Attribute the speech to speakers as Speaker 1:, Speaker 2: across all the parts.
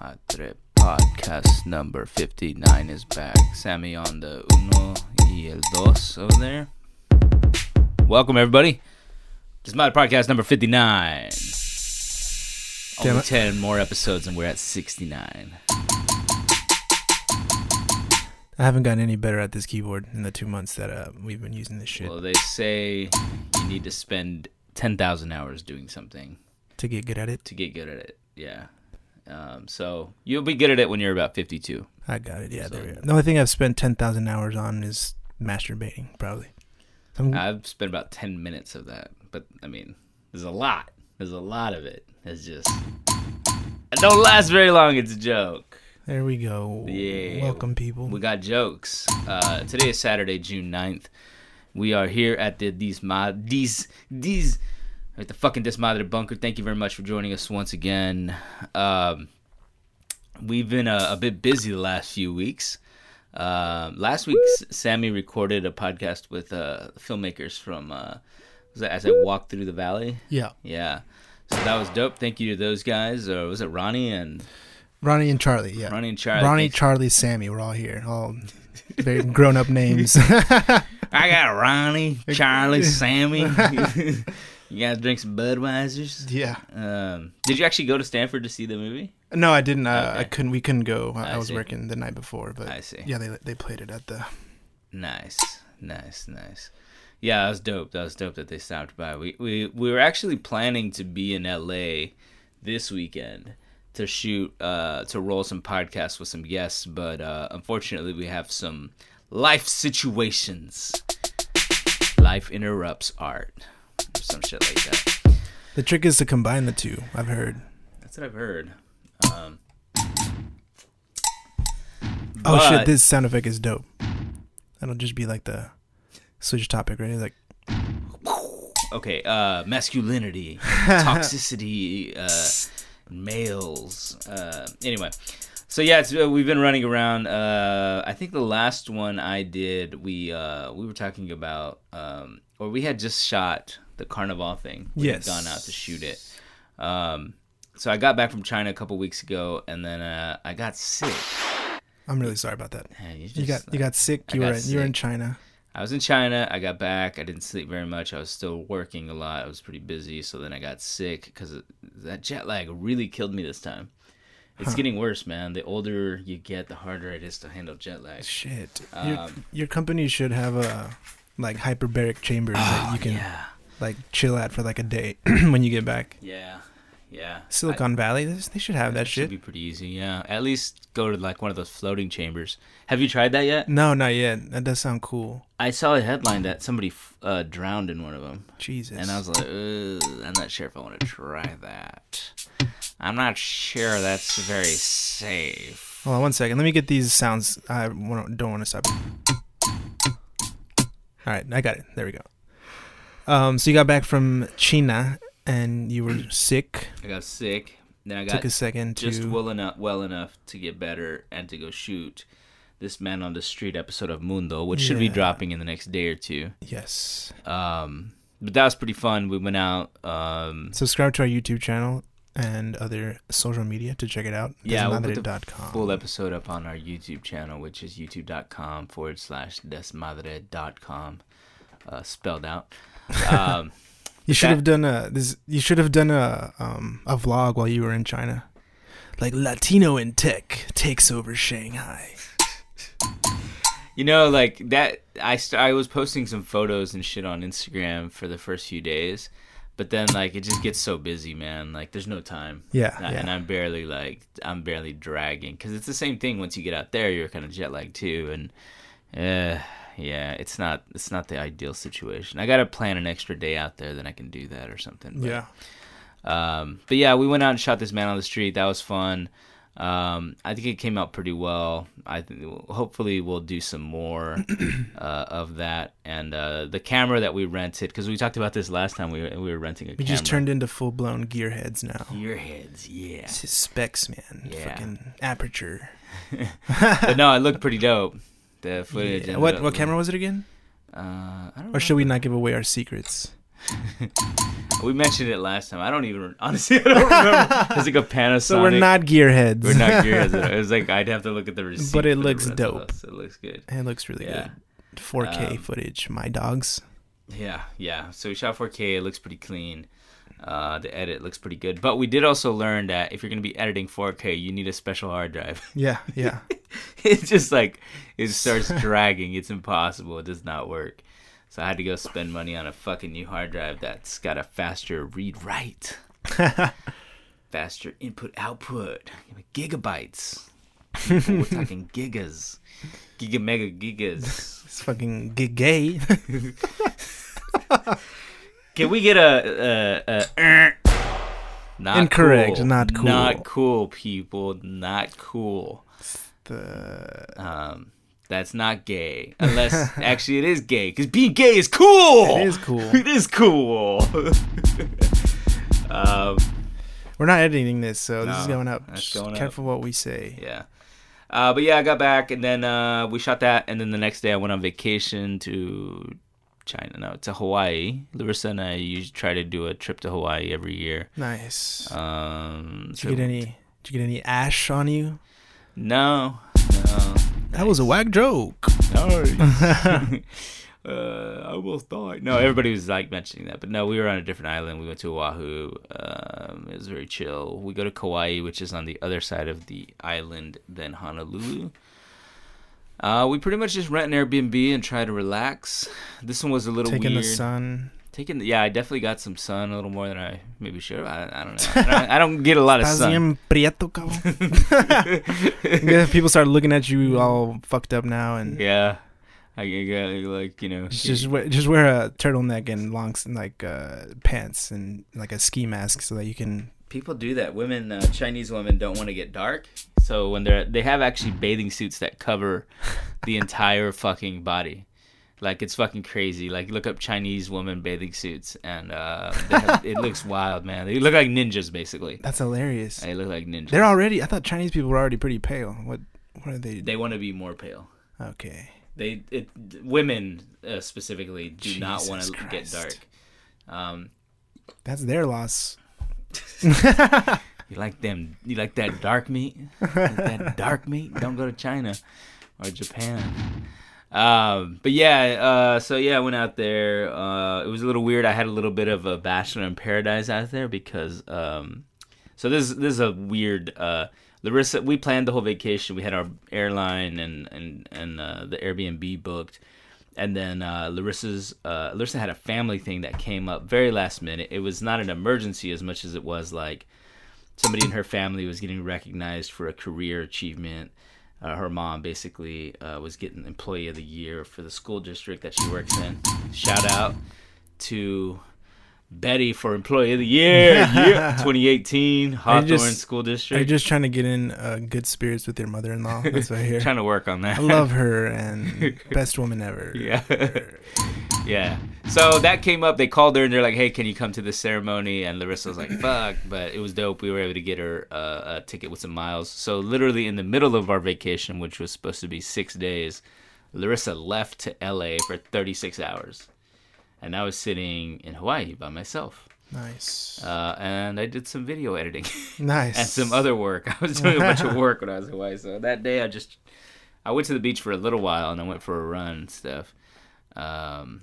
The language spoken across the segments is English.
Speaker 1: Entre podcast number 59 is back. Sammy on the uno y el dos over there. Welcome, everybody. This is my podcast number 59.
Speaker 2: Damn
Speaker 1: Only
Speaker 2: it.
Speaker 1: 10 more episodes, and we're at 69.
Speaker 2: I haven't gotten any better at this keyboard in the two months that uh, we've been using this shit
Speaker 1: Well, they say you need to spend 10,000 hours doing something
Speaker 2: to get good at it.
Speaker 1: to get good at it. Yeah. Um, so you'll be good at it when you're about 52.
Speaker 2: I got it. Yeah,
Speaker 1: So-
Speaker 2: there we go. The only thing I've spent ten thousand hours on is masturbating, probably. I'm-
Speaker 1: I've spent about 10 minutes of that, but I mean, there's a lot. There's a lot of it. It's just. It don't last very long. It's a joke.
Speaker 2: there we go.
Speaker 1: Yeah.
Speaker 2: Welcome, people.
Speaker 1: We got jokes. Uh, today is Saturday, June 9th. We are here at the These Mod. These. These. At the fucking Dismothered Bunker. Thank you very much for joining us once again. Um, we've been uh, a, a bit busy the last few weeks. Um last week, S- Sammy recorded a podcast with uh, filmmakers from. Uh, was that as I walked through the valley?
Speaker 3: Yeah,
Speaker 1: Yeah. So that was dope. Thank you to those guys. Or was it Ronnie and
Speaker 3: Ronnie and Charlie. Yeah,
Speaker 1: Ronnie and Charlie?
Speaker 3: Ronnie,
Speaker 1: Thanks-
Speaker 3: Charlie, Sammy. We're all here. All very grown up names.
Speaker 1: I got Ronnie, Charlie, Sammy. you guys drink some Budweisers.
Speaker 3: yeah.
Speaker 1: Um, did you actually go to Stanford to see the movie?
Speaker 3: No, I didn't. Uh, I
Speaker 1: Okay.
Speaker 3: couldn't. We couldn't go. I,
Speaker 1: I
Speaker 3: I was
Speaker 1: see.
Speaker 3: working the night before, but
Speaker 1: I see.
Speaker 3: yeah, they they played it at the.
Speaker 1: Nice, nice, nice. Yeah, that was dope. That was dope that they stopped by. We we we were actually planning to be in LA this weekend to shoot uh to roll some podcasts with some guests, but uh unfortunately we have some life situations. Life interrupts art. Some shit like that.
Speaker 3: The trick is to combine the two. I've heard.
Speaker 1: That's what I've heard. Um
Speaker 3: Oh
Speaker 1: but-
Speaker 3: shit! This sound effect is dope. That'll just be like the switch topic, right? It's like
Speaker 1: okay uh masculinity toxicity uh males uh anyway so yeah it's, uh, we've been running around uh i think the last one i did we uh we were talking about um or we had just shot the carnival thing we had
Speaker 3: Yes.
Speaker 1: gone out to shoot it um so i got back from china a couple weeks ago and then uh i got sick
Speaker 3: I'm really sorry about that.
Speaker 1: Man, you
Speaker 3: You
Speaker 1: just-
Speaker 3: got you got sick. You
Speaker 1: got
Speaker 3: were in, you were in
Speaker 1: sick.
Speaker 3: China.
Speaker 1: I was in China. I got back. I didn't sleep very much. I was still working a lot. I was pretty busy. So then I got sick because that jet lag really killed me this time. It's getting worse, man. The older you get, the harder it is to handle jet lag.
Speaker 3: Shit. your,
Speaker 1: Um,
Speaker 3: your company should have a like hyperbaric chambers that you can
Speaker 1: Oh, Yeah,
Speaker 3: like chill at for like a day when you get back.
Speaker 1: yeah, yeah.
Speaker 3: Silicon Valley, this, they should have that shit.
Speaker 1: should be pretty easy. Yeah, at least go to like one of those floating chambers. Have you tried that yet?
Speaker 3: No, not yet. That does sound cool.
Speaker 1: I saw a headline that somebody f- uh, drowned in one of them.
Speaker 3: Jesus.
Speaker 1: And I was like, Ugh, I'm not sure if I want to try that. I'm not sure that's very safe.
Speaker 3: Hold on one second. Let me get these sounds. I wanna, don't want to stop. All right, I got it. There we go. Um, so you got back from China and you were sick.
Speaker 1: I got sick. Then I got
Speaker 3: Took a second to.
Speaker 1: just well enough, well enough to get better and to go shoot this man on the street episode of Mundo, which should be
Speaker 3: Yeah.
Speaker 1: dropping in the next day or two.
Speaker 3: yes.
Speaker 1: Um, but that was pretty fun. We went out. Um,
Speaker 3: Subscribe to our YouTube channel and other social media to check it out.
Speaker 1: yeah, we'll put the
Speaker 3: Desmadre.com.
Speaker 1: full episode up on our YouTube channel, which is youtube.com forward slash desmadre.com, uh, spelled out. Um,
Speaker 3: You should
Speaker 1: that-
Speaker 3: have done a this. You should have done a um a vlog while you were in China, like Latino in tech takes over Shanghai.
Speaker 1: You know, like that. I st- I was posting some photos and shit on Instagram for the first few days, but then like it just gets so busy, man. Like there's no time.
Speaker 3: Yeah,
Speaker 1: And I-
Speaker 3: yeah.
Speaker 1: And I'm barely like I'm barely dragging because it's the same thing. Once you get out there, you're kind of jet lagged too, and uh, yeah, it's not it's not the ideal situation. I gotta plan an extra day out there, then I can do that or something. but-
Speaker 3: yeah,
Speaker 1: um, but yeah, we went out and shot this man on the street. That was fun. Um, I think it came out pretty well. I th- hopefully we'll do some more uh, of that. And uh, the camera that we rented, because we talked about this last time, we were, we were renting a
Speaker 3: we
Speaker 1: camera.
Speaker 3: just turned into full blown gearheads now.
Speaker 1: your heads, yeah.
Speaker 3: This is specs, man.
Speaker 1: Yeah.
Speaker 3: Fucking aperture.
Speaker 1: but no, it looked pretty dope. The footage.
Speaker 3: Yeah.
Speaker 1: ended
Speaker 3: What
Speaker 1: up
Speaker 3: what
Speaker 1: looking-
Speaker 3: camera was it again?
Speaker 1: Uh, I don't
Speaker 3: Or should we not give away our secrets?
Speaker 1: We mentioned it last time. I don't even honestly. I don't remember. It's like a Panasonic.
Speaker 3: So we're not gearheads.
Speaker 1: We're not gearheads. at all. It was like I'd have to look at the receipt.
Speaker 3: But it
Speaker 1: for the
Speaker 3: looks
Speaker 1: rest of
Speaker 3: dope.
Speaker 1: us. It looks good.
Speaker 3: it looks really
Speaker 1: Yeah.
Speaker 3: good. 4K
Speaker 1: Um,
Speaker 3: footage. My dogs.
Speaker 1: Yeah, yeah. So we shot 4K. It looks pretty clean. Uh, the edit looks pretty good. But we did also learn that if you're going to be editing 4K, you need a special hard drive.
Speaker 3: Yeah, yeah.
Speaker 1: it's just like it starts dragging. It's impossible. It does not work. So I had to go spend money on a fucking new hard drive that's got a faster read write, faster input output, gigabytes. We're talking gigas, giga mega gigas.
Speaker 3: it's fucking gay.
Speaker 1: Can we get a, a, a er, not
Speaker 3: Incorrect,
Speaker 1: cool.
Speaker 3: not cool.
Speaker 1: Not cool, people. Not cool.
Speaker 3: the
Speaker 1: Um, that's not gay. Unless actually it is gay, because being gay is cool.
Speaker 3: It is cool.
Speaker 1: it is cool. um,
Speaker 3: We're not editing this, so this is
Speaker 1: No,
Speaker 3: going up.
Speaker 1: that's
Speaker 3: Just
Speaker 1: going up.
Speaker 3: careful what we say.
Speaker 1: yeah. Uh, but yeah, I got back and then uh, we shot that, and then the next day I went on vacation to China. No, to Hawaii. Larissa and I usually try to do a trip to Hawaii every year.
Speaker 3: Nice.
Speaker 1: Um,
Speaker 3: did you
Speaker 1: so-
Speaker 3: get any? Did you get any ash on you?
Speaker 1: No, no.
Speaker 3: That was a whack joke.
Speaker 1: Nice. uh, I almost died. No, everybody was like mentioning that, but no, we were on a different island. We went to Oahu. Um, it was very chill. We go to Kauai, which is on the other side of the island than Honolulu. Uh, we pretty much just rent an Airbnb and try to relax. This one was a little
Speaker 3: Taking
Speaker 1: weird.
Speaker 3: the sun.
Speaker 1: Taking the, yeah, I definitely got some sun a little more than I maybe should. I, I don't know. I don't, I don't get a lot of
Speaker 3: Estás
Speaker 1: sun.
Speaker 3: bien prieto, cabrón. Yeah, People start looking at you all fucked up now, and
Speaker 1: Yeah, I got like you know.
Speaker 3: just just wear, just wear a turtleneck and long s- like uh, pants and like a ski mask so that you can.
Speaker 1: people do that. Women, uh, Chinese women, don't want to get dark, so when they're they have actually bathing suits that cover the entire fucking body. Like it's fucking crazy. Like look up Chinese women bathing suits, and uh, they have, it looks wild, man. They look like ninjas basically.
Speaker 3: That's hilarious.
Speaker 1: They look like ninjas.
Speaker 3: They're already. I thought Chinese people were already pretty pale. What? What are they?
Speaker 1: They want to be more pale.
Speaker 3: okay.
Speaker 1: They it women uh, specifically do not want to
Speaker 3: Jesus
Speaker 1: get dark.
Speaker 3: Christ.
Speaker 1: Um,
Speaker 3: That's their loss.
Speaker 1: You like them? You like that dark meat? Like that dark meat? Don't go to China or Japan. Um, but yeah, uh, so yeah, I went out there. Uh, it was a little weird. I had a little bit of a bachelor in paradise out there because um, so this this is a weird. Uh, Larissa, we planned the whole vacation. We had our airline and and and uh, the Airbnb booked, and then uh, Larissa's uh, Larissa had a family thing that came up very last minute. It was not an emergency as much as it was like somebody in her family was getting recognized for a career achievement. Uh, her mom basically uh, was getting employee of the year for the school district that she works in. Shout out to Betty for employee of the year, year 2018 Hawthorne
Speaker 3: just-
Speaker 1: School
Speaker 3: Are you
Speaker 1: District.
Speaker 3: just trying to get in uh, good spirits with your mother-in-law? That's what I hear.
Speaker 1: Trying to work on that.
Speaker 3: I love her and best woman ever.
Speaker 1: Yeah. yeah. So that came up. They called her and they're like, hey, can you come to this ceremony? And Larissa was like, fuck. But it was dope. We were able to get her uh, a ticket with some miles. So, literally, in the middle of our vacation, which was supposed to be six days, Larissa left to LA for 36 hours. And I was sitting in Hawaii by myself.
Speaker 3: Nice.
Speaker 1: Uh, and I did some video editing.
Speaker 3: nice.
Speaker 1: and some other work. I was doing a bunch of work when I was in Hawaii. So that day, I just I went to the beach for a little while and I went for a run and stuff. Um,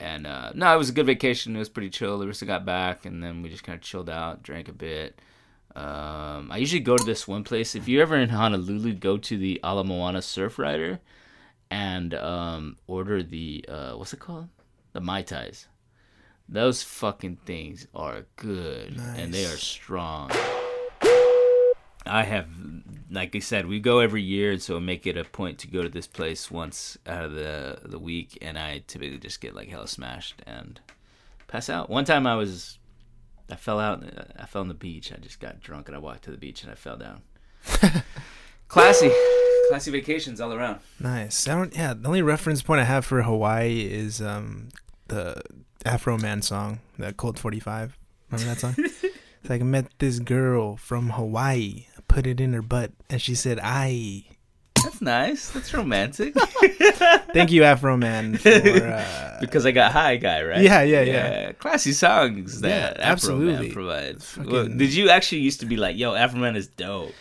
Speaker 1: and uh, no, it was a good vacation. It was pretty chill. Larissa got back and then we just kind of chilled out, drank a bit. Um, I usually go to this one place. If you're ever in Honolulu, go to the Ala Moana Surf Rider and um, order the uh, what's it called? The mai tais. Those fucking things are good and they are strong. I have, like I said, we go every year, and so I make it a point to go to this place once out of the the week, and I typically just get like hella smashed and pass out. One time I was, I fell out, I fell on the beach. I just got drunk and I walked to the beach and I fell down. classy, classy vacations all around.
Speaker 3: Nice. I don't. Yeah. The only reference point I have for Hawaii is um the Afro Man song, the Cold Forty Five. Remember that song? it's like met this girl from Hawaii, put it in her butt, and she said, "I."
Speaker 1: That's nice. That's romantic.
Speaker 3: Thank you, Afro Man. For, uh,
Speaker 1: because I got high guy, right?
Speaker 3: Yeah, yeah, yeah.
Speaker 1: Classy songs that
Speaker 3: Yeah,
Speaker 1: Afro Man
Speaker 3: absolutely.
Speaker 1: provides.
Speaker 3: Fucking-
Speaker 1: Well, did you actually used to be like, yo, Afro Man is dope?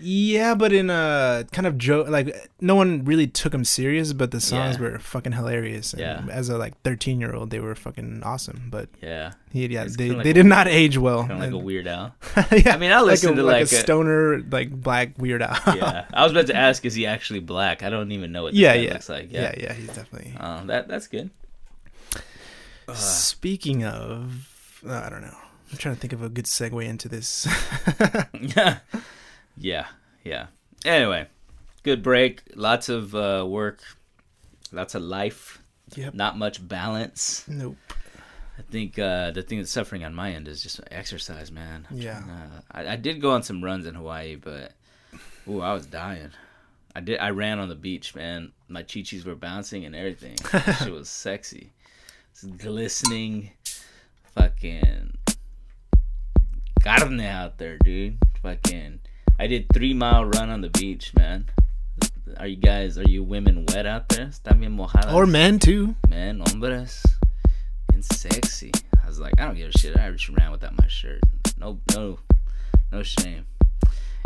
Speaker 3: yeah, but in a kind of joke, like no one really took him serious, but the songs
Speaker 1: Yeah.
Speaker 3: were fucking hilarious. And
Speaker 1: Yeah.
Speaker 3: As a like 13 year old, they were fucking awesome. But
Speaker 1: Yeah.
Speaker 3: he, yeah,
Speaker 1: It's
Speaker 3: they,
Speaker 1: kinda like
Speaker 3: they
Speaker 1: a-
Speaker 3: did not age well.
Speaker 1: Kind of like a
Speaker 3: And-
Speaker 1: weird Al.
Speaker 3: yeah,
Speaker 1: I mean, I listen
Speaker 3: a,
Speaker 1: to
Speaker 3: like
Speaker 1: like,
Speaker 3: a stoner, like black weird out.
Speaker 1: a, yeah. I was about to ask, is he actually black? I don't even know what this
Speaker 3: yeah,
Speaker 1: guy
Speaker 3: yeah.
Speaker 1: looks like.
Speaker 3: yeah,
Speaker 1: Yeah.
Speaker 3: yeah. He's definitely.
Speaker 1: Um, that that's good. Uh,
Speaker 3: Speaking of, uh, I don't know. I'm trying to think of a good segue into this.
Speaker 1: yeah, yeah, yeah. Anyway, good break. Lots of uh, work, lots of life.
Speaker 3: Yep.
Speaker 1: Not much balance.
Speaker 3: nope.
Speaker 1: I think uh, the thing that's suffering on my end is just exercise, man. I'm
Speaker 3: Yeah.
Speaker 1: trying, uh, I, I did go on some runs in Hawaii, but ooh, I was dying. I did. I ran on the beach, man. My chi chis were bouncing and everything. That shit was sexy. It's glistening, fucking carne out there, dude. Fucking. I did three mile run on the beach, man. Are you guys? Are you women wet out there? Están bien mojadas
Speaker 3: Or men too.
Speaker 1: man, hombres, and sexy. I was like, I don't give a shit. I just ran without my shirt. No, no, no shame.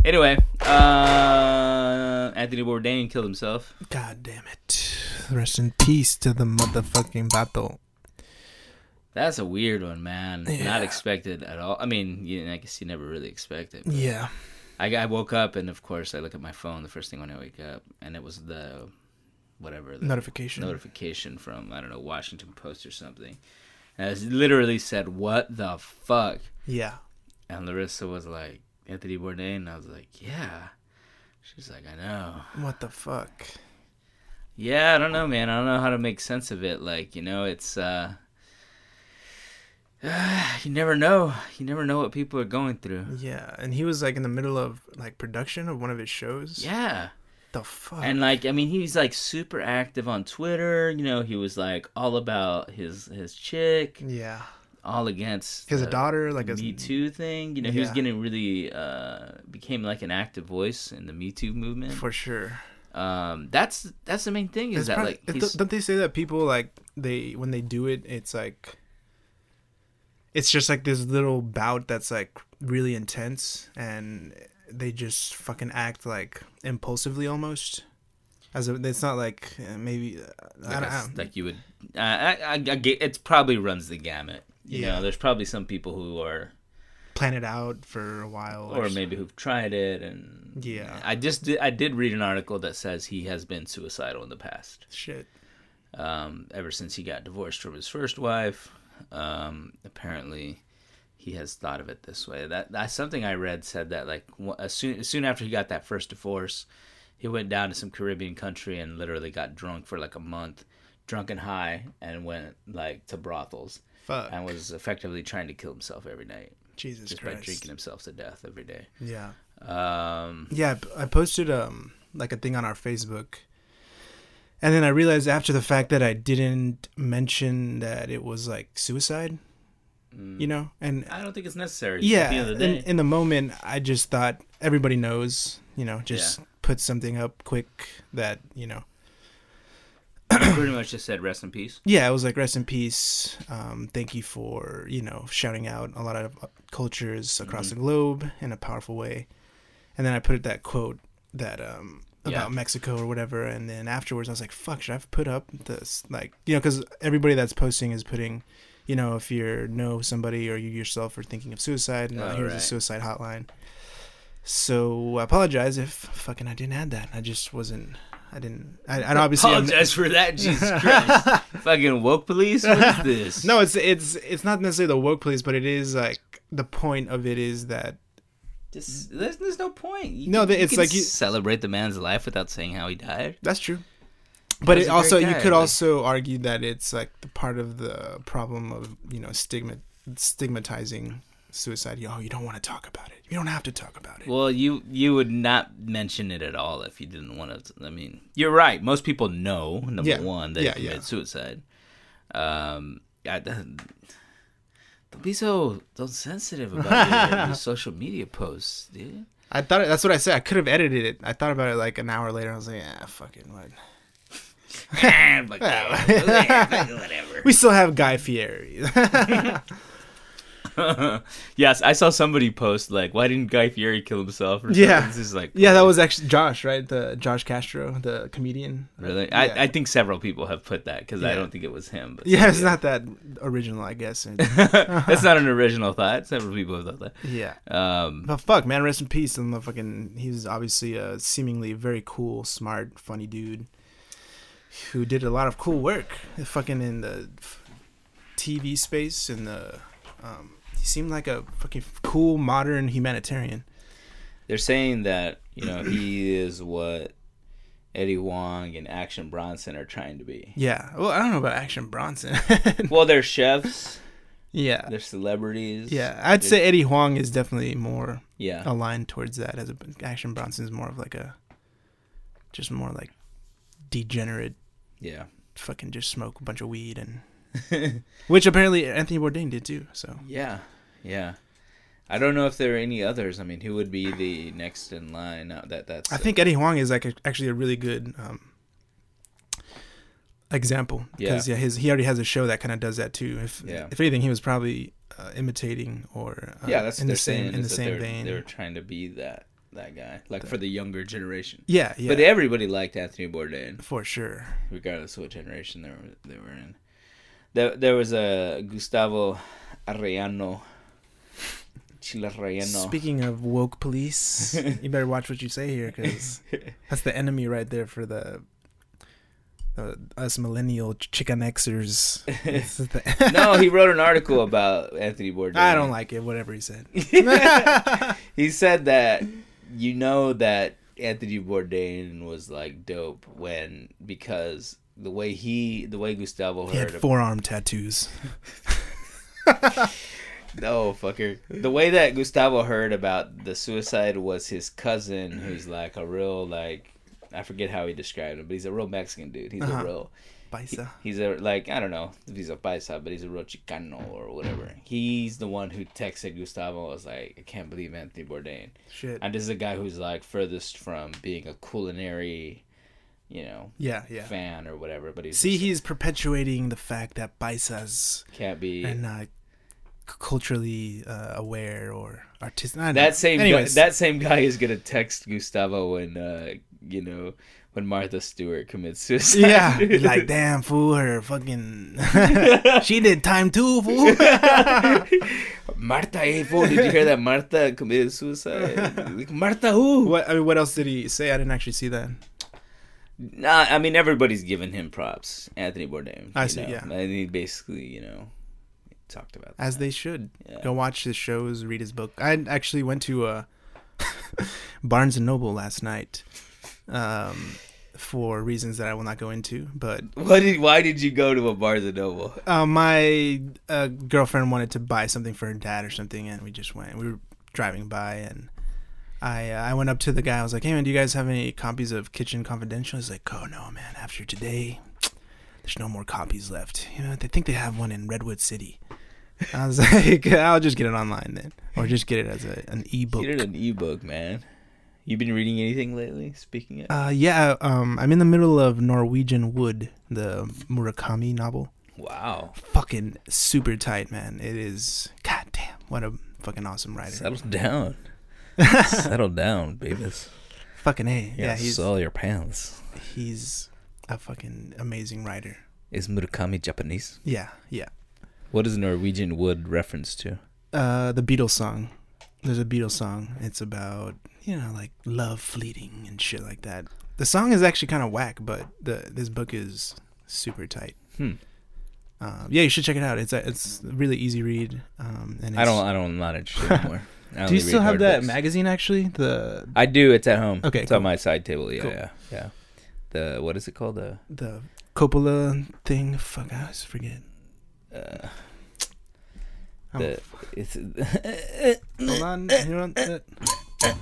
Speaker 1: Anyway, uh, Anthony Bourdain killed himself.
Speaker 3: God damn it. Rest in peace to the motherfucking battle.
Speaker 1: That's a weird one, man. Not
Speaker 3: Yeah.
Speaker 1: expected at all. I mean, you, I guess you never really expect it.
Speaker 3: Yeah.
Speaker 1: I, I woke up, and of course, I look at my phone the first thing when I wake up, and it was the whatever the
Speaker 3: Notification.
Speaker 1: notification from I don't know Washington Post or something. And it literally said, "What the fuck."
Speaker 3: yeah.
Speaker 1: And Larissa was like, Anthony Bourdain. And I was like, yeah. She's like, I know.
Speaker 3: What the fuck?
Speaker 1: Yeah, I don't know, man. I don't know how to make sense of it. Like, you know, it's, uh, you never know. You never know what people are going through.
Speaker 3: Yeah. And he was like in the middle of like production of one of his shows.
Speaker 1: Yeah.
Speaker 3: The fuck.
Speaker 1: And like, I mean, he's like super active on Twitter. You know, he was like all about his, his chick,
Speaker 3: yeah.
Speaker 1: all against
Speaker 3: He has a
Speaker 1: the
Speaker 3: daughter, like a
Speaker 1: Me Too thing. You know, he was
Speaker 3: Yeah.
Speaker 1: getting really, uh, became like an active voice in the Me Too movement.
Speaker 3: for sure.
Speaker 1: um that's that's the main thing is
Speaker 3: It's
Speaker 1: that
Speaker 3: probably-
Speaker 1: like
Speaker 3: it-
Speaker 1: he's,
Speaker 3: don't they say that people like they when they do it, it's like it's just like this little bout that's like really intense, and they just fucking act like impulsively almost. As a, it's not like uh, maybe uh, I
Speaker 1: like,
Speaker 3: don't, I
Speaker 1: us-
Speaker 3: don't-
Speaker 1: like you would I, I, I, I get it probably runs the gamut you
Speaker 3: Yeah.
Speaker 1: know there's probably some people who are
Speaker 3: plan it out for a while,
Speaker 1: or
Speaker 3: s-
Speaker 1: maybe who've tried it and
Speaker 3: Yeah.
Speaker 1: i just did, i did read an article that says he has been suicidal in the past
Speaker 3: shit.
Speaker 1: um ever since he got divorced from his first wife um apparently he has thought of it this way that that's something i read said that like wh- as soon, as soon after he got that first divorce he went down to some caribbean country and literally got drunk for like a month drunk and high and went like to brothels
Speaker 3: Fuck,
Speaker 1: and was effectively trying to kill himself every night
Speaker 3: Jesus
Speaker 1: just by
Speaker 3: Christ.
Speaker 1: drinking himself to death every day
Speaker 3: Yeah.
Speaker 1: um
Speaker 3: Yeah, p- I posted um like a thing on our Facebook. And then I realized after the fact that I didn't mention that it was like suicide, you know? And
Speaker 1: i don't think it's necessary
Speaker 3: yeah,
Speaker 1: at Mm. the end of the
Speaker 3: in,
Speaker 1: day
Speaker 3: in the moment I just thought everybody knows, you know, just put something up quick that, you know.
Speaker 1: pretty much just said rest in peace
Speaker 3: Yeah, it was like rest in peace. Um thank you for, you know, shouting out a lot of uh, cultures
Speaker 1: Mm-hmm.
Speaker 3: across the globe in a powerful way. And then I put that quote that um about
Speaker 1: Yeah.
Speaker 3: Mexico or whatever, and then afterwards I was like, "Fuck, should I have put up this?" Like, you know, because everybody that's posting is putting, you know, if you know somebody or you yourself are thinking of suicide, and uh,
Speaker 1: Oh,
Speaker 3: here's a
Speaker 1: right.
Speaker 3: suicide hotline. So I apologize if fucking I didn't add that. I just wasn't. I didn't. I, I obviously I'm-
Speaker 1: apologize for that. Jesus Christ, fucking woke police. What is this?
Speaker 3: No, it's it's it's not necessarily the woke police, but it is like the point of it is that
Speaker 1: Just- there's, there's no point. You
Speaker 3: No,
Speaker 1: can-
Speaker 3: the-
Speaker 1: you
Speaker 3: it's
Speaker 1: can
Speaker 3: like you-
Speaker 1: celebrate the man's life without saying how he died.
Speaker 3: That's true. But
Speaker 1: was
Speaker 3: it
Speaker 1: a
Speaker 3: also
Speaker 1: great
Speaker 3: you
Speaker 1: guy,
Speaker 3: could
Speaker 1: like-
Speaker 3: also argue that it's like the part of the problem of you know stigma stigmatizing suicide. You- Oh, you don't want to talk about it. You don't have to talk about it.
Speaker 1: Well, you you would not mention it at all if you didn't want to. I mean, you're right. Most people know number
Speaker 3: Yeah.
Speaker 1: one that
Speaker 3: Yeah,
Speaker 1: he committed
Speaker 3: yeah.
Speaker 1: suicide. Um, I, don't be so don't sensitive about your, your social media posts, dude.
Speaker 3: I thought that's what I said. I could have edited it. I thought about it like an hour later. I was like, ah, fucking what.
Speaker 1: Like, whatever.
Speaker 3: We still have Guy Fieri.
Speaker 1: yes, I saw somebody post like, "Why didn't Guy Fieri kill himself?" Or
Speaker 3: Yeah.
Speaker 1: something. it's just like,
Speaker 3: yeah, that was actually Josh, right? The Josh Castro, the comedian.
Speaker 1: really.
Speaker 3: yeah.
Speaker 1: I, I think several people have put that because I
Speaker 3: Yeah.
Speaker 1: don't think it was him. But
Speaker 3: Yeah, it's not that original, I guess. And-
Speaker 1: that's not an original thought. Several people have thought
Speaker 3: yeah.
Speaker 1: that. Um,
Speaker 3: But fuck, man, rest in peace. And the fucking, he was obviously a seemingly very cool, smart, funny dude who did a lot of cool work. uh, Fucking in the f- TV space and the, um, he seemed like a fucking cool, modern humanitarian.
Speaker 1: they're saying that you know he is what Eddie Wong and Action Bronson are trying to be.
Speaker 3: Yeah. Well, I don't know about Action Bronson.
Speaker 1: Well, they're chefs.
Speaker 3: yeah.
Speaker 1: They're celebrities.
Speaker 3: Yeah. Oh. I'd say Eddie Huang is definitely more
Speaker 1: Yeah.
Speaker 3: aligned towards that as a, Action Bronson's more of like a, just more like degenerate
Speaker 1: Yeah.
Speaker 3: fucking just smoke a bunch of weed and which apparently Anthony Bourdain did too. So
Speaker 1: Yeah, yeah. I don't know if there are any others. I mean, who would be the next in line? Now that that's
Speaker 3: I think Eddie Huang is like a, actually a really good um, example because yeah. his he already has a show that kind of does that too. If
Speaker 1: Yeah.
Speaker 3: if anything, he was probably uh, imitating or uh,
Speaker 1: yeah, that's what
Speaker 3: in the
Speaker 1: they're saying.
Speaker 3: same in the
Speaker 1: is that
Speaker 3: same
Speaker 1: they're,
Speaker 3: vein.
Speaker 1: they're trying to be that that guy, like for the younger generation.
Speaker 3: yeah, yeah,
Speaker 1: But everybody liked Anthony Bourdain,
Speaker 3: for sure.
Speaker 1: regardless of what generation they were they were in. There, there was a Gustavo Arellano, Chile Arellano.
Speaker 3: Speaking of woke police, you better watch what you say here because that's the enemy right there for the. Uh, us millennial chicken Xers. This is the-
Speaker 1: no, he wrote an article about Anthony Bourdain.
Speaker 3: I don't like it. Whatever he said.
Speaker 1: He said that you know that Anthony Bourdain was like dope when because the way he the way Gustavo
Speaker 3: He had
Speaker 1: heard him,
Speaker 3: forearm tattoos.
Speaker 1: no fucker the way that Gustavo heard about the suicide was his cousin who's like a real like I forget how he described him but he's a real Mexican dude he's
Speaker 3: Uh-huh.
Speaker 1: a real he-
Speaker 3: Paisa.
Speaker 1: he's a like I don't know if he's a paisa, but he's a real Chicano or whatever. He's the one who texted Gustavo. I was like, I can't believe Anthony Bourdain.
Speaker 3: Shit.
Speaker 1: And this is a guy who's like furthest from being a culinary, you know,
Speaker 3: Yeah, yeah.
Speaker 1: fan or whatever. But he's
Speaker 3: See,
Speaker 1: just-
Speaker 3: he's perpetuating the fact that paisas
Speaker 1: can't be
Speaker 3: are not c- culturally uh, aware or artistic. I don't know.
Speaker 1: that same guy,
Speaker 3: Anyways,
Speaker 1: that same guy is gonna text Gustavo when uh you know when Martha Stewart commits suicide.
Speaker 3: yeah, He's like damn fool, her fucking, she did time too, fool.
Speaker 1: Martha, hey, fool, did you hear that Martha committed suicide? Like, Martha who?
Speaker 3: what? I mean, what else did he say? I didn't actually see that.
Speaker 1: Nah, I mean everybody's giving him props. Anthony Bourdain.
Speaker 3: I
Speaker 1: you
Speaker 3: see,
Speaker 1: know.
Speaker 3: yeah.
Speaker 1: and he basically, you know, talked about that.
Speaker 3: As they should.
Speaker 1: Yeah.
Speaker 3: Go watch his shows, read his book. I actually went to uh, Barnes and Noble last night, um, for reasons that I will not go into. But
Speaker 1: What did? Why did you go to a Barnes and Noble?
Speaker 3: uh, my uh, girlfriend wanted to buy something for her dad or something, and we just went. We were driving by, and I uh, I went up to the guy. I was like, "Hey man, do you guys have any copies of Kitchen Confidential?" He's like, "Oh no, man. After today, there's no more copies left. You know, they think they have one in Redwood City." I was like, "I'll just get it online then, or just get it as a, an ebook."
Speaker 1: Get it an ebook, man. You been reading anything lately? Speaking of,
Speaker 3: Uh, yeah, um, I'm in the middle of Norwegian Wood, the Murakami novel.
Speaker 1: wow,
Speaker 3: fucking super tight, man. It is goddamn what a fucking awesome writer.
Speaker 1: settle down, settle down, babies.
Speaker 3: Fucking a yeah, he's
Speaker 1: sell your pants.
Speaker 3: he's a fucking amazing writer.
Speaker 1: Is Murakami Japanese?
Speaker 3: Yeah, yeah.
Speaker 1: What is Norwegian wood reference to?
Speaker 3: Uh, the Beatles song. There's a Beatles song. It's about you know like love fleeting and shit like that. The song is actually kind of whack, but the this book is super tight.
Speaker 1: Hmm.
Speaker 3: Um, yeah, you should check it out. It's a, it's a really easy read. Um, and it's,
Speaker 1: I don't. I don't. I'm not interested anymore. I
Speaker 3: Do
Speaker 1: only
Speaker 3: you
Speaker 1: read
Speaker 3: still have
Speaker 1: hard
Speaker 3: that
Speaker 1: books.
Speaker 3: magazine? Actually, the
Speaker 1: I do. It's at home.
Speaker 3: Okay,
Speaker 1: It's
Speaker 3: cool.
Speaker 1: on my side table. Yeah.
Speaker 3: Cool.
Speaker 1: Yeah. Yeah. The what is it called? The
Speaker 3: the Coppola thing. Fuck, I always forget.
Speaker 1: uh,
Speaker 3: I'm-
Speaker 1: the it's
Speaker 3: Hold on, hold on. uh,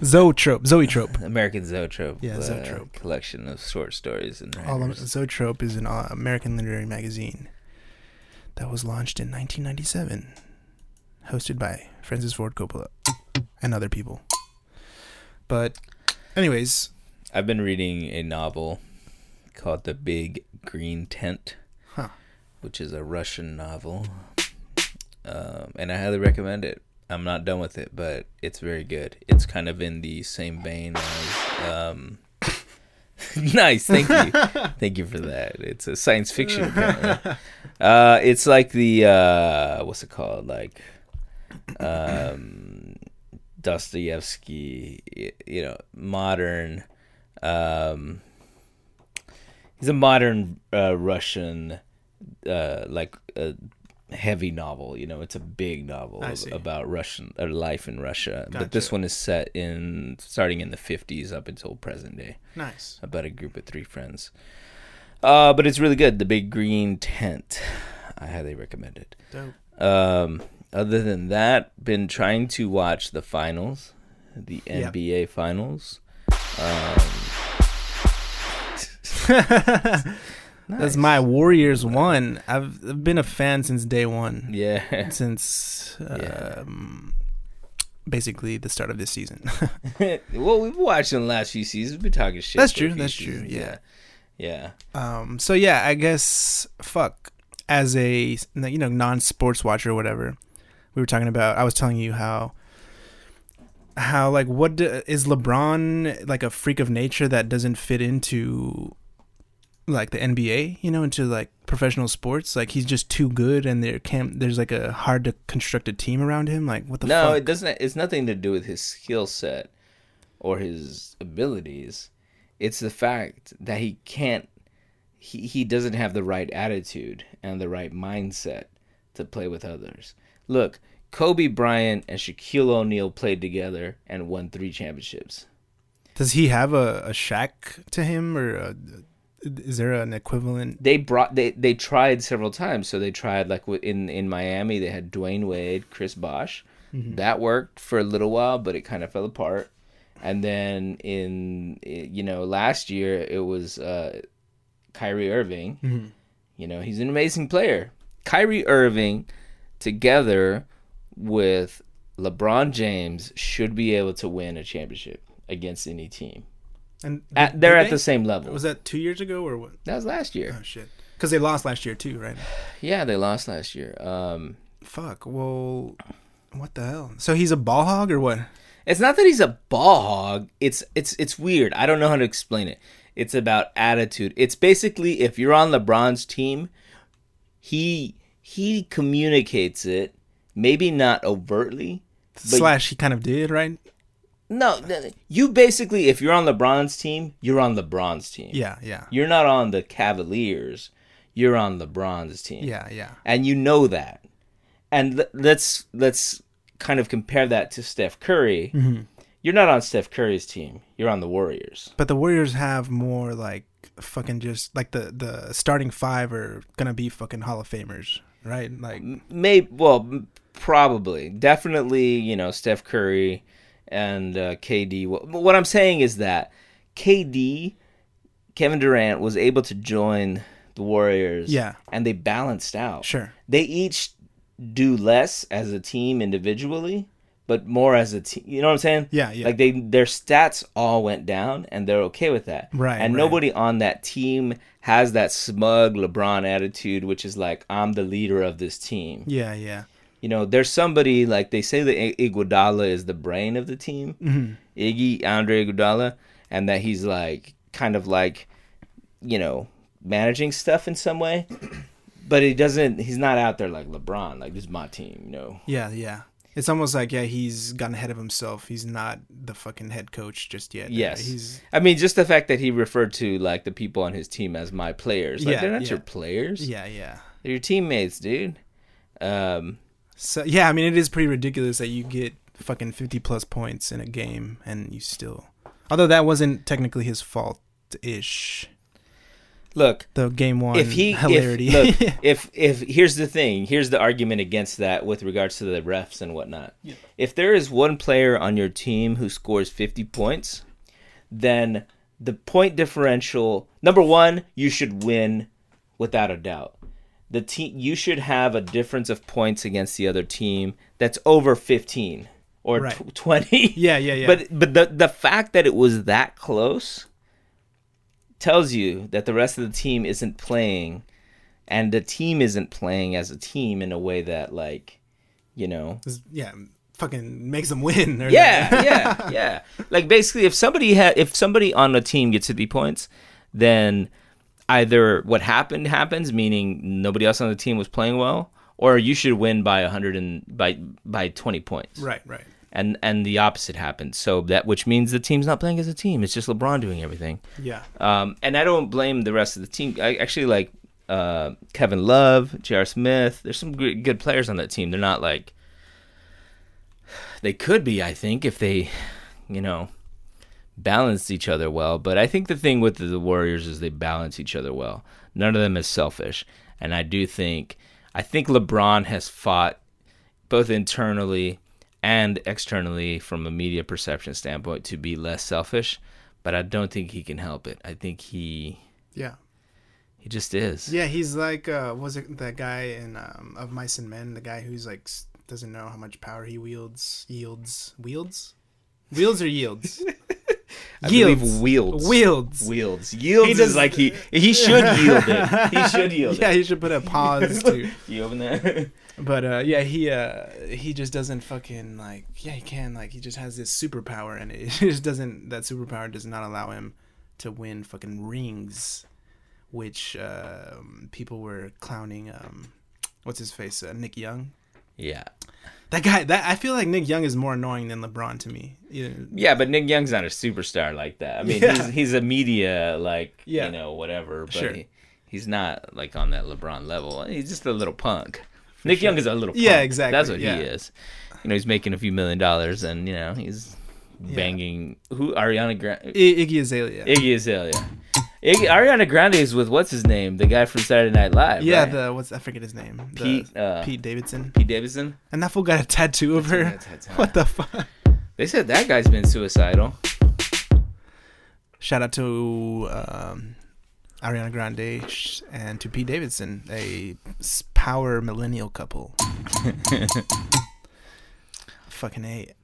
Speaker 3: Zoetrope, Zoetrope.
Speaker 1: American Zoetrope.
Speaker 3: Yeah,
Speaker 1: uh,
Speaker 3: Zoetrope.
Speaker 1: collection of short stories and
Speaker 3: All of,
Speaker 1: writers.
Speaker 3: Zoetrope is an uh, American literary magazine that was launched in 1997, hosted by Francis Ford Coppola and other people.
Speaker 4: But, anyways,
Speaker 1: I've been reading a novel called The Big Green Tent,
Speaker 4: Huh.
Speaker 1: which is a Russian novel, um, and I highly recommend it. I'm not done with it, but it's very good. It's kind of in the same vein as. Um, nice, thank you, thank you for that. It's a science fiction. Apparently. Uh, it's like the uh, what's it called? Like, um, Dostoevsky. y- You know, modern. Um, he's a modern uh, Russian, uh, like a heavy novel. You know, it's a big novel
Speaker 4: I
Speaker 1: ab-
Speaker 4: see.
Speaker 1: about Russian or life in Russia. But this
Speaker 4: Gotcha.
Speaker 1: one is set in starting in the fifties up until present day
Speaker 4: nice.
Speaker 1: about a group of three friends. Uh, but it's really good. The Big Green Tent. I highly recommend it.
Speaker 4: Dope.
Speaker 1: Um, other than that, been trying to watch the finals, the
Speaker 4: Yep.
Speaker 1: NBA finals. Um,
Speaker 3: That's my Warriors one. I've I've been a fan since day one.
Speaker 1: yeah.
Speaker 3: Since
Speaker 1: Yeah.
Speaker 3: um, basically the start of this season.
Speaker 1: well, we've watched in the last few seasons. We've been talking shit.
Speaker 3: That's
Speaker 1: for a
Speaker 3: true,
Speaker 1: few
Speaker 3: that's true,
Speaker 1: seasons,
Speaker 3: yeah.
Speaker 1: Yeah.
Speaker 3: Um, so yeah, I guess fuck as a you know non sports watcher or whatever. We were talking about. I was telling you how how like what do, is LeBron like a freak of nature that doesn't fit into like the NBA, you know, into like professional sports. Like he's just too good, and there can't. There's like a hard to construct a team around him. Like what the
Speaker 1: no,
Speaker 3: fuck?
Speaker 1: it doesn't. It's nothing to do with his skill set or his abilities. It's the fact that he can't. He he doesn't have the right attitude and the right mindset to play with others. Look, Kobe Bryant and Shaquille O'Neal played together and won three championships.
Speaker 3: Does he have a a Shaq to him, or a, is there an equivalent?
Speaker 1: They brought they they tried several times. So they tried like wi- in in Miami they had Dwayne Wade, Chris Bosh.
Speaker 4: Mm-hmm.
Speaker 1: That worked for a little while, but it kind of fell apart. And then in eh, you know last year it was uh, Kyrie Irving.
Speaker 4: Mm-hmm.
Speaker 1: You know he's an amazing player. Kyrie Irving together with LeBron James should be able to win a championship against any team.
Speaker 4: And
Speaker 1: At, they're
Speaker 4: did
Speaker 1: at
Speaker 4: they?
Speaker 1: the same level.
Speaker 4: Was that two years ago or what?
Speaker 1: that was last year.
Speaker 4: Oh shit.
Speaker 3: Because they lost last year too, right?
Speaker 1: Yeah, they lost last year. Um,
Speaker 3: Fuck. Well, what the hell? So he's a ball hog or what?
Speaker 1: It's not that he's a ball hog. It's it's it's weird. I don't know how to explain it. It's about attitude. It's basically if you're on LeBron's team, he he communicates it, maybe not overtly.
Speaker 3: Slash, he kind of did, right?
Speaker 1: No, no, no. you basically if you're on LeBron's team, you're on LeBron's team.
Speaker 3: Yeah, yeah,
Speaker 1: You're not on the Cavaliers. You're on LeBron's team.
Speaker 3: yeah, yeah.
Speaker 1: and you know that. And le- let's let's kind of compare that to Steph Curry. You're not on Steph Curry's team. You're on the Warriors.
Speaker 3: But the Warriors have more like fucking just like the the starting five are gonna be fucking Hall of Famers, right? Like
Speaker 1: Maybe well, m- probably, definitely. You know, Steph Curry and uh, KD. Wh- But what I'm saying is that KD, Kevin Durant, was able to join the Warriors.
Speaker 3: Yeah.
Speaker 1: and they balanced out.
Speaker 3: sure,
Speaker 1: they each do less as a team individually, but more as a team. You know what I'm saying?
Speaker 3: Yeah, yeah.
Speaker 1: Like they their stats all went down, and they're okay with that.
Speaker 3: Right,
Speaker 1: And
Speaker 3: right.
Speaker 1: nobody on that team has that smug LeBron attitude, which is like I'm the leader of this team.
Speaker 3: yeah, yeah,
Speaker 1: You know, there's somebody like they say that I- Iguodala is the brain of the team,
Speaker 3: Mm-hmm.
Speaker 1: Iggy Andre Iguodala, and that he's like kind of like, you know, managing stuff in some way, but he doesn't. He's not out there like LeBron. Like this is my team, you know.
Speaker 3: yeah, yeah. It's almost like yeah, he's gotten ahead of himself. He's not the fucking head coach just yet.
Speaker 1: Yes,
Speaker 3: he's
Speaker 1: I mean just the fact that he referred to like the people on his team as my players. Like
Speaker 3: Yeah,
Speaker 1: they're not
Speaker 3: yeah.
Speaker 1: your players.
Speaker 3: yeah, yeah.
Speaker 1: They're your teammates, dude. Um,
Speaker 3: So yeah, I mean, it is pretty ridiculous that you get fucking fifty plus points in a game and you still, although that wasn't technically his fault ish.
Speaker 1: look,
Speaker 3: The game one
Speaker 1: if he
Speaker 3: hilarity.
Speaker 1: If, look, if if here's the thing, here's the argument against that with regards to the refs and whatnot. If there is one player on your team who scores 50 points, then the point differential number one, you should win without a doubt. The team you should have a difference of points against the other team that's over 15 or
Speaker 3: Right.
Speaker 1: tw- 20.
Speaker 3: Yeah, yeah, yeah.
Speaker 1: But but the the fact that it was that close tells you that the rest of the team isn't playing and the team isn't playing as a team in a way that like, you know,
Speaker 3: It's- yeah, fucking makes them win. or-
Speaker 1: yeah, yeah, yeah. Like basically, if somebody had, if somebody on a team gets fifty points, then either what happened happens, meaning nobody else on the team was playing well, or you should win by hundred and by by twenty points,
Speaker 3: Right, right.
Speaker 1: and and the opposite happens. So that which means the team's not playing as a team. It's just LeBron doing everything.
Speaker 3: Yeah.
Speaker 1: Um, and I don't blame the rest of the team. I actually like uh, Kevin Love, J.R. Smith. There's some gr- good players on that team. They're not like they could be. I think if they, you know, balanced each other well. But I think the thing with the Warriors is they balance each other well. None of them is selfish, and I do think I think LeBron has fought both internally and externally from a media perception standpoint to be less selfish, but I don't think he can help it. I think he
Speaker 3: Yeah.
Speaker 1: he just is.
Speaker 3: Yeah, he's like uh was it that guy in um of Mice and Men, the guy who's like s- doesn't know how much power he wields, yields, wields, wields or yields,
Speaker 1: I
Speaker 3: Yields.
Speaker 1: believe wields.
Speaker 3: wields.
Speaker 1: Wields. Yields
Speaker 3: He
Speaker 1: is
Speaker 3: does-
Speaker 1: like he he should yield it. He should yield
Speaker 3: yeah,
Speaker 1: it.
Speaker 3: he should put a pause to.
Speaker 1: You open that?
Speaker 3: But uh yeah, he uh he just doesn't fucking like yeah he can like he just has this superpower and it just doesn't that superpower does not allow him to win fucking rings, which um, people were clowning. um What's his face? Uh, Nick Young.
Speaker 1: yeah.
Speaker 3: That guy, that I feel like Nick Young is more annoying than LeBron to me. Yeah,
Speaker 1: Yeah, but Nick Young's not a superstar like that. I mean,
Speaker 3: Yeah.
Speaker 1: he's he's a media like,
Speaker 3: Yeah.
Speaker 1: you know, whatever, but
Speaker 3: Sure.
Speaker 1: he, he's not like on that LeBron level. He's just a little punk. Nick Young is a little punk.
Speaker 3: Yeah, exactly,
Speaker 1: That's what
Speaker 3: yeah.
Speaker 1: he is. You know, he's making a few million dollars and, you know, he's banging who Ariana Grande
Speaker 3: I- Iggy Azalea.
Speaker 1: Iggy Azalea. Iggy, Ariana Grande is with what's his name? The guy from Saturday Night Live.
Speaker 3: yeah,
Speaker 1: right?
Speaker 3: the what's I forget his name. The-
Speaker 1: Pete, uh,
Speaker 3: Pete Davidson.
Speaker 1: Pete Davidson.
Speaker 3: And that fool got a tattoo of her.
Speaker 1: That's- that's-
Speaker 3: What the fuck?
Speaker 1: They said that guy's been suicidal.
Speaker 3: Shout out to um, Ariana Grande sh- and to Pete Davidson, a s- power millennial couple. Fucking eight.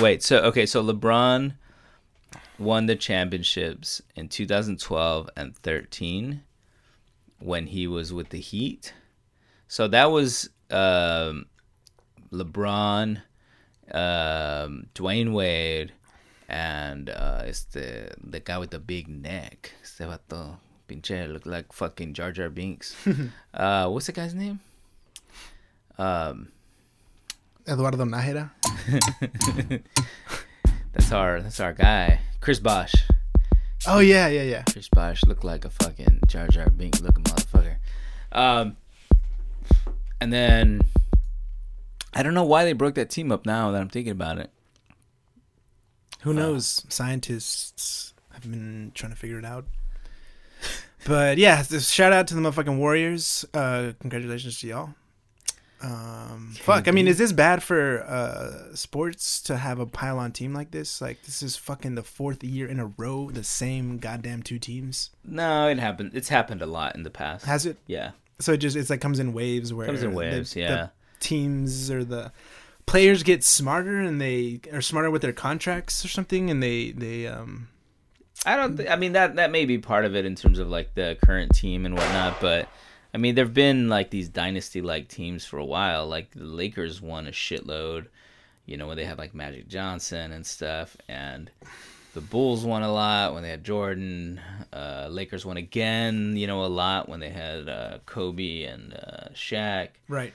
Speaker 1: Wait, so okay, so LeBron won the championships in 2012 and 13 when he was with the Heat. So that was um, LeBron, um, Dwayne Wade, and uh, it's the the guy with the big neck. Sebato Pinche look like fucking Jar Jar Binks. uh, what's the guy's name? Um,
Speaker 3: Eduardo Najera.
Speaker 1: that's our that's our guy, Chris Bosh.
Speaker 3: Oh yeah, yeah, yeah.
Speaker 1: Chris Bosh looked like a fucking Jar Jar Bink looking motherfucker. Um, and then I don't know why they broke that team up. Now that I'm thinking about it,
Speaker 3: Who knows? Scientists have been trying to figure it out. But yeah, just shout out to the motherfucking Warriors. Uh, congratulations to y'all. Um, fuck. I mean, is this bad for uh, sports to have a pylon team like this? Like, this is fucking the fourth year in a row, the same goddamn two teams.
Speaker 1: no, it happened. It's happened a lot in the past.
Speaker 3: Has it?
Speaker 1: yeah,
Speaker 3: So it just it's like comes in waves where
Speaker 1: Comes in
Speaker 3: the-
Speaker 1: waves,
Speaker 3: the
Speaker 1: yeah.
Speaker 3: teams or the players get smarter and they are smarter with their contracts or something, and they they um
Speaker 1: I don't. Th- I mean that that may be part of it in terms of like the current team and whatnot, but. I mean, there've been like these dynasty-like teams for a while. Like the Lakers won a shitload, you know, when they had like Magic Johnson and stuff, and the Bulls won a lot when they had Jordan. Uh, Lakers won again, you know, a lot when they had uh, Kobe and uh, Shaq.
Speaker 3: right.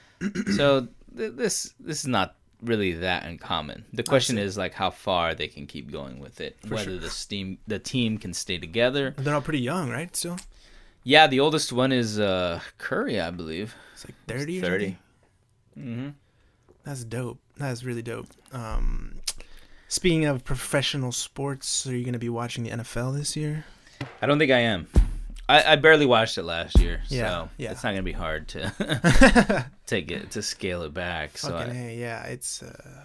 Speaker 1: so th- this this is not really that uncommon. The question is like how far they can keep going with it, whether the steam the team can stay together.
Speaker 3: They're all pretty young, right? Still,
Speaker 1: Yeah, the oldest one is uh, Curry, I believe.
Speaker 3: it's like thirty.
Speaker 1: 30.
Speaker 3: or something?
Speaker 1: Mm-hmm.
Speaker 3: That's dope. That's really dope. Um, speaking of professional sports, are you going to be watching the NFL this year?
Speaker 1: I don't think I am. I, I barely watched it last year,
Speaker 3: Yeah,
Speaker 1: so
Speaker 3: yeah.
Speaker 1: it's not gonna be hard to
Speaker 3: Fucking
Speaker 1: take it to scale it back. So I,
Speaker 3: A, yeah, it's. Uh,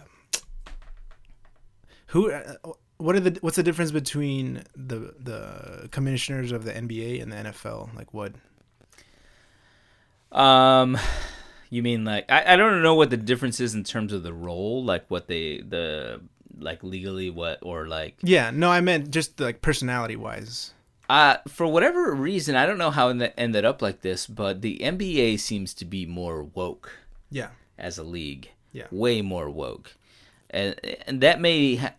Speaker 3: who? Uh, what are the? What's the difference between the the commissioners of the NBA and the NFL? Like what?
Speaker 1: Um, You mean like I, I don't know what the difference is in terms of the role, like what they the like legally what or like
Speaker 3: Yeah, no, I meant just like personality wise.
Speaker 1: uh for whatever reason I don't know how it ended up like this, but the NBA seems to be more woke
Speaker 3: Yeah.
Speaker 1: as a league.
Speaker 3: Yeah.
Speaker 1: Way more woke. And and that may ha-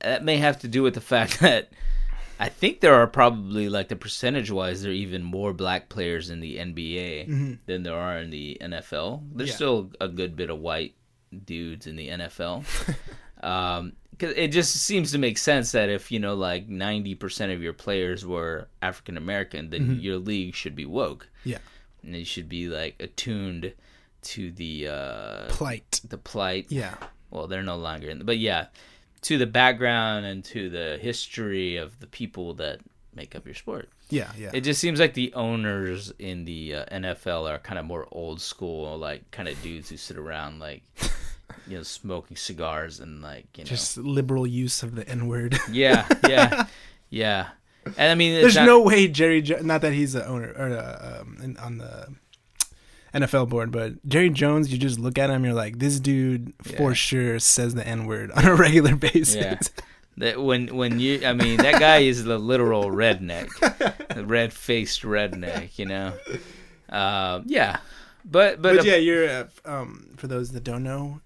Speaker 1: that may have to do with the fact that I think there are probably like the percentage wise there are even more black players in the NBA than there are in the NFL. There's
Speaker 3: Mm-hmm. Yeah.
Speaker 1: still a good bit of white dudes in the NFL. um 'cause it just seems to make sense that if you know like 90% of your players were African American, then
Speaker 3: Mm-hmm.
Speaker 1: your league should be woke
Speaker 3: Yeah.
Speaker 1: and you should be like attuned to the uh
Speaker 3: Plight.
Speaker 1: the plight
Speaker 3: Yeah.
Speaker 1: well they're no longer in but yeah to the background and to the history of the people that make up your sport
Speaker 3: Yeah. Yeah.
Speaker 1: it just seems like the owners in the uh, nfl are kind of more old school like kind of dudes who sit around like you know smoking cigars and like you know
Speaker 3: just liberal use of the N word.
Speaker 1: yeah yeah yeah and i mean it's
Speaker 3: There's
Speaker 1: not-
Speaker 3: no way Jerry. Jo- not that he's the owner or uh, um, in, on the NFL board, but Jerry Jones. You just look at him, you're like, this dude
Speaker 1: Yeah.
Speaker 3: for sure says the N word on a regular basis.
Speaker 1: Yeah. That when when you I mean that guy is the literal redneck, the red faced redneck, you know. Uh, yeah, but but,
Speaker 3: But yeah, you're uh, um, for those that don't know,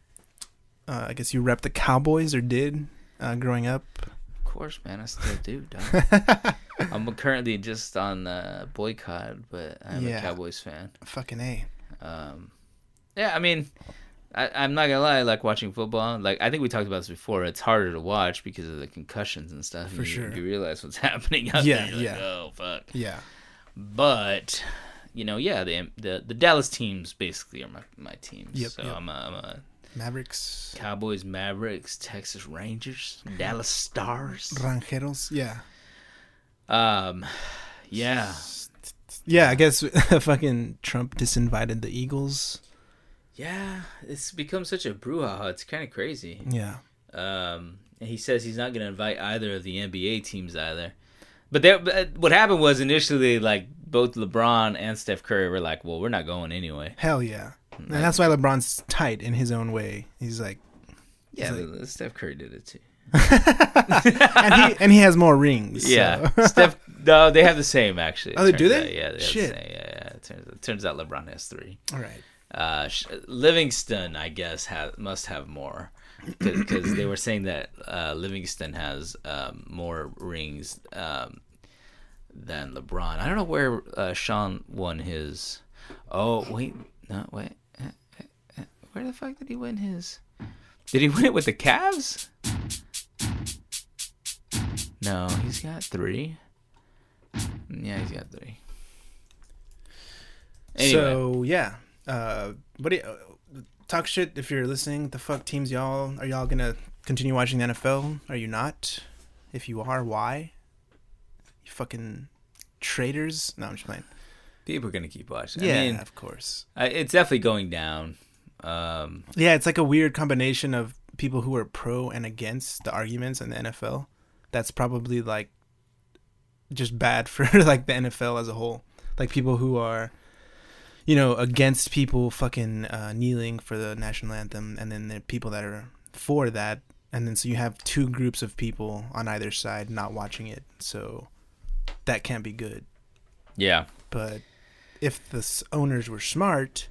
Speaker 3: uh, I guess you rep the Cowboys or did uh, growing up.
Speaker 1: of course, man, I still do. Dog. I'm currently just on uh, boycott, but I'm
Speaker 3: Yeah.
Speaker 1: a Cowboys fan.
Speaker 3: Fucking a.
Speaker 1: Um, yeah, I mean, I, I'm not gonna lie. I like watching football. Like I think we talked about this before. It's harder to watch because of the concussions and stuff. For and you,
Speaker 3: sure.
Speaker 1: you realize what's happening out
Speaker 3: Yeah,
Speaker 1: there. You're like,
Speaker 3: yeah.
Speaker 1: oh fuck.
Speaker 3: Yeah.
Speaker 1: but you know, yeah, the the, the Dallas teams basically are my, my teams.
Speaker 3: Yep,
Speaker 1: so
Speaker 3: yep.
Speaker 1: I'm, a, I'm a
Speaker 3: Mavericks.
Speaker 1: Cowboys, Mavericks, Texas Rangers, Dallas Stars.
Speaker 3: Rancheros. Yeah.
Speaker 1: Um, yeah,
Speaker 3: Yeah, I guess fucking Trump disinvited the Eagles.
Speaker 1: yeah, it's become such a brouhaha. It's kind of crazy.
Speaker 3: Yeah.
Speaker 1: Um, and he says he's not going to invite either of the NBA teams either. But there, but uh, what happened was initially like both LeBron and Steph Curry were like, "Well, we're not going anyway."
Speaker 3: Hell yeah. And that's why LeBron's tight in his own way. He's like,
Speaker 1: Yeah, but uh, Steph Curry did it too.
Speaker 3: and he and he has more rings.
Speaker 1: Yeah,
Speaker 3: so.
Speaker 1: Steph. No, they have the same actually. it
Speaker 3: Oh, they do
Speaker 1: turns
Speaker 3: they?
Speaker 1: out. yeah, they have
Speaker 3: Shit.
Speaker 1: The same. Yeah, yeah. It turns, it turns out LeBron has three.
Speaker 3: All right.
Speaker 1: Uh, Sh- Livingston, I guess, ha- must have more because they were saying that uh, Livingston has um, more rings um, than LeBron. I don't know where uh, Sean won his. Oh wait, no wait. Uh, uh, uh, Where the fuck did he win his? Did he win it with the Cavs? No, he's got three. Mm, Yeah, he's got three. Anyway.
Speaker 3: So yeah, uh, what do you, uh, talk shit if you're listening? The fuck teams, y'all are y'all gonna continue watching the NFL? Are you not? If you are, why? You fucking traitors! No, I'm just playing.
Speaker 1: People are gonna keep watching.
Speaker 3: yeah,
Speaker 1: I mean,
Speaker 3: of course.
Speaker 1: I, it's definitely going down. Um,
Speaker 3: Yeah, it's like a weird combination of people who are pro and against the arguments in the NFL. That's probably like just bad for like the NFL as a whole. Like people who are, you know, against people fucking uh, kneeling for the national anthem, and then the people that are for that, and then so you have two groups of people on either side not watching it. So that can't be good
Speaker 1: yeah,
Speaker 3: but if the s- owners were smart,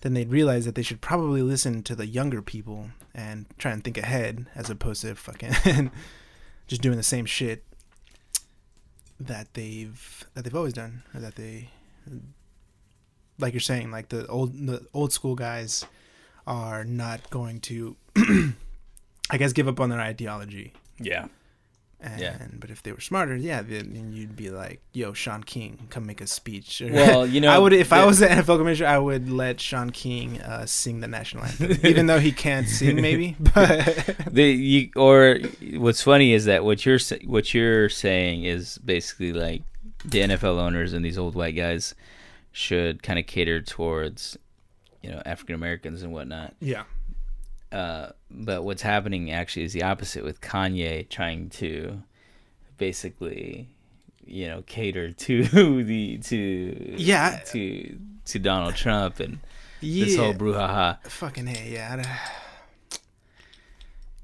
Speaker 3: then they'd realize that they should probably listen to the younger people and try and think ahead as opposed to fucking just doing the same shit that they've that they've always done or that they like you're saying like the old the old school guys are not going to I guess give up on their ideology
Speaker 1: yeah,
Speaker 3: and
Speaker 1: Yeah.
Speaker 3: but if they were smarter, yeah, then you'd be like, "Yo, Sean King, come make a speech." Or-
Speaker 1: Well, you know,
Speaker 3: I would if I
Speaker 1: the-
Speaker 3: was the NFL commissioner, I would let Sean King uh, sing the national anthem, even though he can't sing, maybe. But
Speaker 1: the you or what's funny is that what you're sa- what you're saying is basically like the NFL owners and these old white guys should kind of cater towards you know African Americans and whatnot.
Speaker 3: yeah,
Speaker 1: Uh, but what's happening actually is the opposite with Kanye trying to basically you know cater to the to
Speaker 3: Yeah.
Speaker 1: to to Donald Trump and this whole brouhaha.
Speaker 3: Fucking hey, yeah. I don't-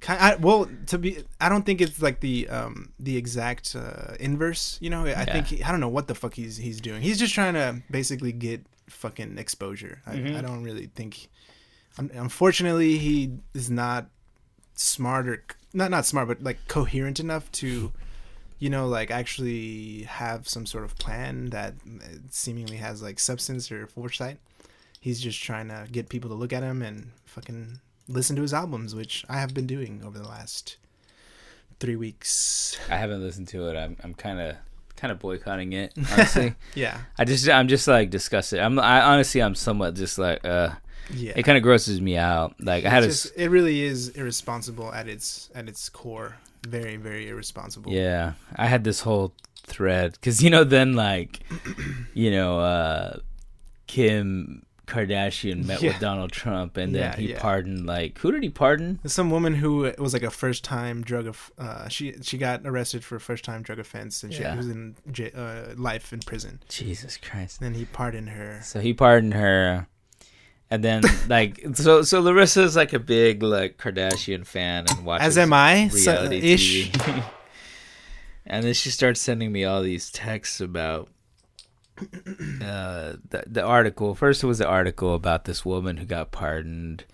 Speaker 3: Ki- I, well, to be, I don't think it's like the um the exact uh, inverse. You know, I think he, I don't know what the fuck he's he's doing. He's just trying to basically get fucking exposure. I, I don't really think. un- Unfortunately, he is not smart or not not smart, but like coherent enough to, you know, like actually have some sort of plan that uh, seemingly has like substance or foresight. He's just trying to get people to look at him and fucking listen to his albums, which I have been doing over the last three weeks.
Speaker 1: I haven't listened to it. I'm I'm kind of kind of boycotting it. Honestly,
Speaker 3: Yeah,
Speaker 1: I just I'm just like disgusted. I'm I honestly I'm somewhat just like uh,
Speaker 3: yeah.
Speaker 1: it kind of grosses me out. Like I had a
Speaker 3: It's
Speaker 1: s-
Speaker 3: just- it really is irresponsible at its at its core. Very, very irresponsible.
Speaker 1: Yeah, I had this whole thread because you know then like, you know, uh, Kim Kardashian met
Speaker 3: Yeah.
Speaker 1: with Donald Trump and then
Speaker 3: Yeah,
Speaker 1: he
Speaker 3: yeah.
Speaker 1: pardoned like who did he pardon?
Speaker 3: There's some woman who was like a first time drug of uh, she she got arrested for first time drug offense and she
Speaker 1: Yeah.
Speaker 3: was in j- uh, life in prison.
Speaker 1: Jesus Christ!
Speaker 3: Then he pardoned her.
Speaker 1: So he pardoned her, and then like so so Larissa's like a big like Kardashian fan and watches
Speaker 3: As am I, so-
Speaker 1: reality
Speaker 3: ish.
Speaker 1: TV. and then she starts sending me all these texts about uh, the, the article. First, it was the article about this woman who got pardoned.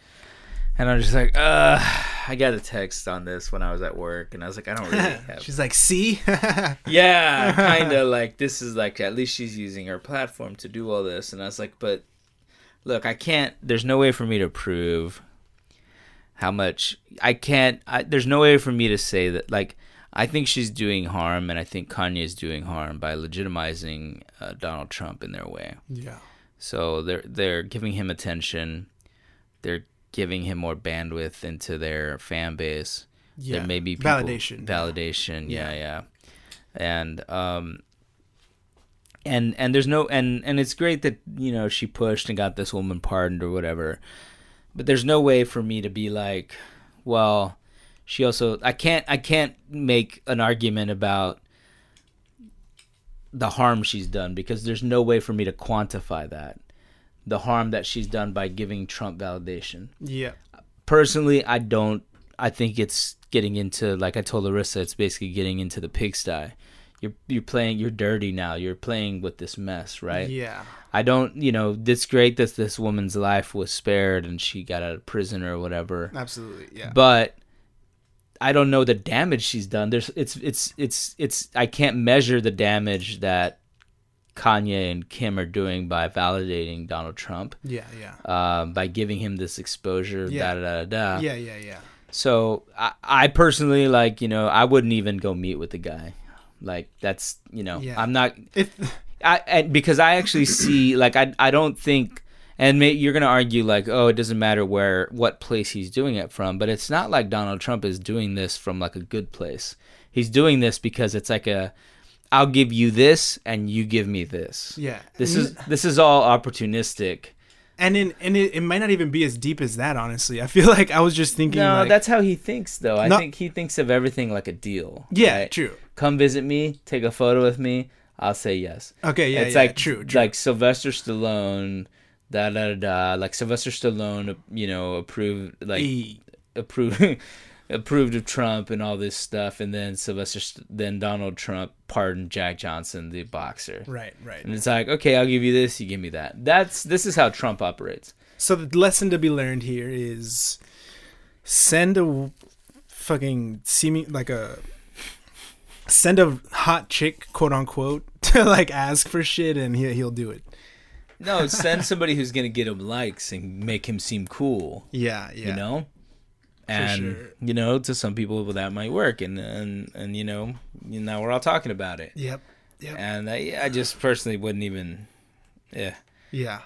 Speaker 1: And I'm just like, uh, I got a text on this when I was at work, and I was like, I don't really have.
Speaker 3: She's like, see,
Speaker 1: yeah, kind of like this is like at least she's using her platform to do all this, and I was like, but look, I can't. There's no way for me to prove how much I can't. I, there's no way for me to say that. Like, I think she's doing harm, and I think Kanye is doing harm by legitimizing uh, Donald Trump in their way.
Speaker 3: yeah,
Speaker 1: So they're they're giving him attention. They're giving him more bandwidth into their fan base.
Speaker 3: yeah,
Speaker 1: There may be people,
Speaker 3: validation.
Speaker 1: Validation. Yeah, yeah. And um and and there's no and and it's great that, you know, she pushed and got this woman pardoned or whatever. But there's no way for me to be like, well, she also I can't I can't make an argument about the harm she's done because there's no way for me to quantify that. The harm that she's done by giving Trump validation
Speaker 3: yeah,
Speaker 1: personally i don't i think it's getting into like i told larissa it's basically getting into the pigsty you're you're playing you're dirty now you're playing with this mess right
Speaker 3: yeah,
Speaker 1: i don't you know it's great that this woman's life was spared and she got out of prison or whatever
Speaker 3: absolutely, yeah.
Speaker 1: but I don't know the damage she's done. There's it's it's it's it's I can't measure the damage that Kanye and Kim are doing by validating Donald Trump,
Speaker 3: yeah, yeah,
Speaker 1: um, by giving him this exposure.
Speaker 3: Yeah.
Speaker 1: Da da da da.
Speaker 3: yeah, yeah, yeah.
Speaker 1: So I, I personally like you know I wouldn't even go meet with the guy. Like that's you know
Speaker 3: Yeah.
Speaker 1: I'm not
Speaker 3: If
Speaker 1: I and because I actually see like I I don't think and may, you're gonna argue like oh it doesn't matter where what place he's doing it from but it's not like Donald Trump is doing this from like a good place. He's doing this because it's like a I'll give you this and you give me this.
Speaker 3: yeah,
Speaker 1: This is this is all opportunistic.
Speaker 3: and in and it, it might not even be as deep as that. Honestly, I feel like I was just thinking.
Speaker 1: No,
Speaker 3: like,
Speaker 1: that's how he thinks though. I
Speaker 3: No.
Speaker 1: think he thinks of everything like a deal.
Speaker 3: yeah,
Speaker 1: right?
Speaker 3: true.
Speaker 1: come visit me, take a photo with me, I'll say yes.
Speaker 3: Okay, yeah,
Speaker 1: it's
Speaker 3: yeah,
Speaker 1: like
Speaker 3: true, true.
Speaker 1: like Sylvester Stallone, da da da da. Like Sylvester Stallone, you know, approved like
Speaker 3: E-
Speaker 1: approved approved of Trump and all this stuff, and then Sylvester, St- then Donald Trump pardoned Jack Johnson, the boxer.
Speaker 3: Right, right.
Speaker 1: And it's like, okay, I'll give you this, you give me that. That's this is how Trump operates.
Speaker 3: So the lesson to be learned here is send a w- fucking seeming like a send a hot chick quote unquote to like ask for shit and he, he'll do it.
Speaker 1: No, send somebody who's gonna get him likes and make him seem cool.
Speaker 3: Yeah, yeah.
Speaker 1: you know and
Speaker 3: sure.
Speaker 1: you know to some people well, that might work and and and you know you- now we're all talking about it
Speaker 3: Yep. Yep.
Speaker 1: and I, yeah, I just personally wouldn't even yeah
Speaker 3: Yeah.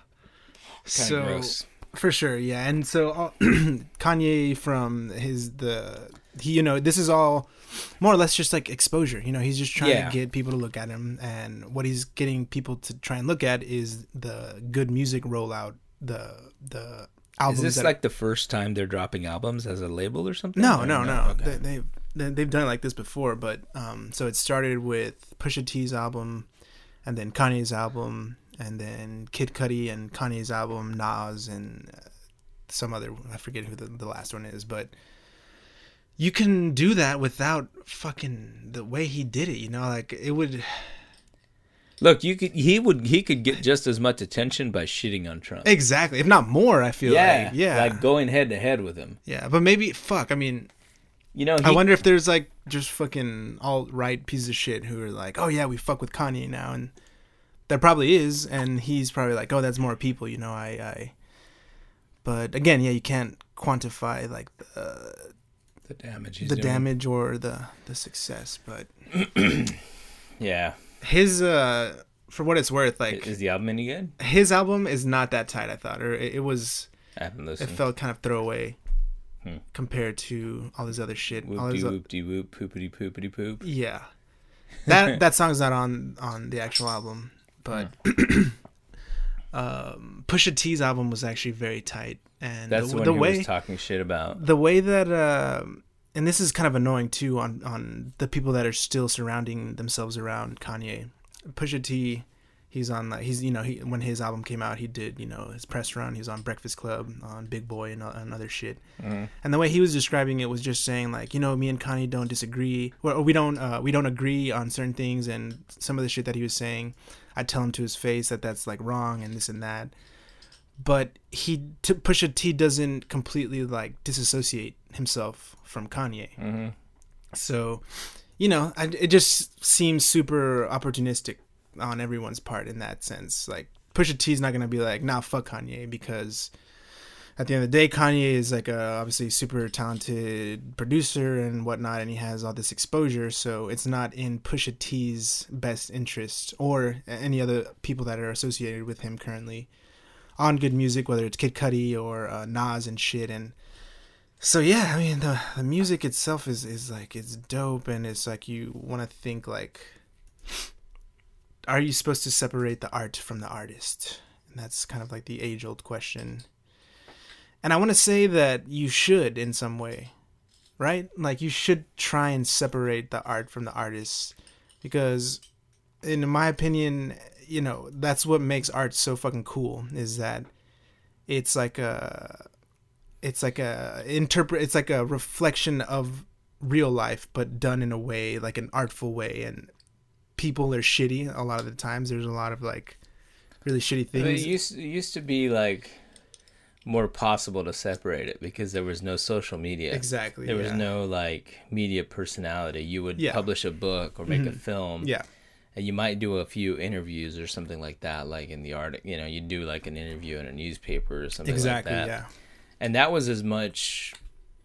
Speaker 1: kinda
Speaker 3: So
Speaker 1: gross.
Speaker 3: for sure, yeah. And so all, Kanye from his the he you know this is all more or less just like exposure. You know, he's just trying
Speaker 1: Yeah.
Speaker 3: to get people to look at him and what he's getting people to try and look at is the good music rollout, the the albums
Speaker 1: is this
Speaker 3: that
Speaker 1: like the first time they're dropping albums as a label or something
Speaker 3: No,
Speaker 1: Or
Speaker 3: no, no.
Speaker 1: Okay.
Speaker 3: They, they've they- they've done it like this before, but um, so it started with Pusha T's album, and then Kanye's album, and then Kid Cudi and Kanye's album Nas and uh, some other I forget who the, the last one is, but you can do that without fucking the way he did it. You know, like it would.
Speaker 1: Look, you could he would he could get just as much attention by shitting on Trump.
Speaker 3: Exactly, if not more. I feel
Speaker 1: Yeah,
Speaker 3: like yeah,
Speaker 1: like going head to head with him.
Speaker 3: yeah. But maybe fuck. I mean,
Speaker 1: You know, he,
Speaker 3: I wonder if there's like just fucking alt right pieces of shit who are like, oh yeah, we fuck with Kanye now, and there probably is, and he's probably like, oh, that's more people, you know. I, I. But again, yeah, you can't quantify like the
Speaker 1: the damage. He's
Speaker 3: the
Speaker 1: doing.
Speaker 3: damage or the the success. But
Speaker 1: Yeah,
Speaker 3: his, uh for what it's worth, like
Speaker 1: is the album any good?
Speaker 3: his album is not that tight. I thought, or it, it was.
Speaker 1: I haven't
Speaker 3: it
Speaker 1: listened.
Speaker 3: felt kind of throwaway
Speaker 1: Hmm.
Speaker 3: compared to all this other shit. All
Speaker 1: Whoop
Speaker 3: his
Speaker 1: de
Speaker 3: o-
Speaker 1: whoop de whoop poopity poopity poop.
Speaker 3: yeah, that that song's not on on the actual album, but um, Pusha T's album was actually very tight, and
Speaker 1: That's
Speaker 3: the,
Speaker 1: the, one
Speaker 3: the
Speaker 1: he
Speaker 3: way
Speaker 1: was talking shit about.
Speaker 3: the way that um and this is kind of annoying too on on the people that are still surrounding themselves around Kanye. Pusha T, he's on like he's you know he when his album came out he did you know his press run he was on Breakfast Club on Big Boy and, o- and other shit.
Speaker 1: Mm-hmm.
Speaker 3: And the way he was describing it was just saying like you know me and Kanye don't disagree or, or we don't uh, we don't agree on certain things and some of the shit that he was saying, I tell him to his face that that's like wrong and this and that but he t- Pusha T doesn't completely like disassociate himself from Kanye.
Speaker 1: Mm-hmm.
Speaker 3: So, you know, I, it just seems super opportunistic on everyone's part in that sense. Like Pusha T's not gonna be like, nah, fuck Kanye because. At the end of the day, Kanye is like a obviously super talented producer and whatnot, and he has all this exposure. So it's not in Pusha T's best interest or any other people that are associated with him currently on good music, whether it's Kid Cudi or uh, Nas and shit. And so yeah, I mean the the music itself is is like it's dope, and it's like you want to think like, are you supposed to separate the art from the artist? And that's kind of like the age old question. And I want to say that you should in some way, right? Like you should try and separate the art from the artist, because in my opinion, you know, that's what makes art so fucking cool is that it's like a it's like a interpret it's like a reflection of real life but done in a way like an artful way and people are shitty a lot of the times there's a lot of like really shitty
Speaker 1: But
Speaker 3: things
Speaker 1: It used it used to be like more possible to separate it because there was no social media.
Speaker 3: exactly
Speaker 1: There was
Speaker 3: yeah.
Speaker 1: no like media personality. You would
Speaker 3: Yeah. Mm-hmm.
Speaker 1: publish a book or make a film.
Speaker 3: yeah
Speaker 1: And you might do a few interviews or something like that, like in the art. You know, you do like an interview in a newspaper or something
Speaker 3: exactly
Speaker 1: like that.
Speaker 3: yeah
Speaker 1: And that was as much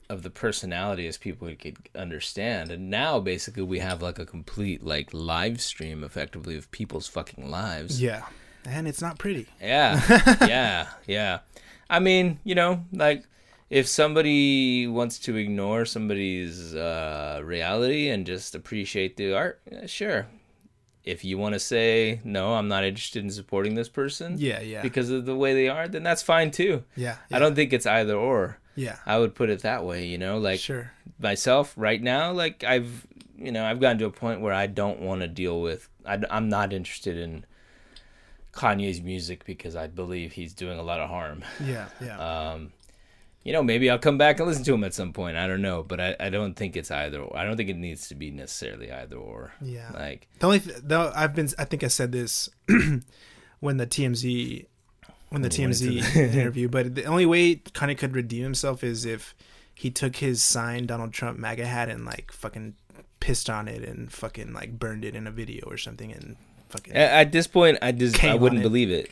Speaker 1: of the personality as people could understand. And now basically we have like a complete like live stream effectively of people's fucking lives.
Speaker 3: yeah and it's not pretty
Speaker 1: Yeah, yeah, yeah. I mean, you know, like if somebody wants to ignore somebody's uh, reality and just appreciate the art, eh, sure. If you want to say no, I'm not interested in supporting this person
Speaker 3: yeah yeah
Speaker 1: because of the way they are, then that's fine too.
Speaker 3: yeah
Speaker 1: I don't think it's either or.
Speaker 3: yeah
Speaker 1: I would put it that way, you know, like
Speaker 3: sure
Speaker 1: myself right now like i've you know i've gotten to a point where i don't want to deal with I, am not interested in kanye's music because i believe he's doing a lot of harm
Speaker 3: yeah yeah
Speaker 1: um you know maybe i'll come back and listen to him at some point i don't know but i, I don't think it's either or. i don't think it needs to be necessarily either or
Speaker 3: Yeah.
Speaker 1: like
Speaker 3: The only th- though I've been I think I said this when the TMZ when the TMZ interview, but the only way Kanye could redeem himself is if he took his signed Donald Trump MAGA hat and like fucking pissed on it and fucking like burned it in a video or something and fucking
Speaker 1: at, at this point i just
Speaker 3: Came
Speaker 1: i
Speaker 3: on
Speaker 1: wouldn't
Speaker 3: it.
Speaker 1: believe it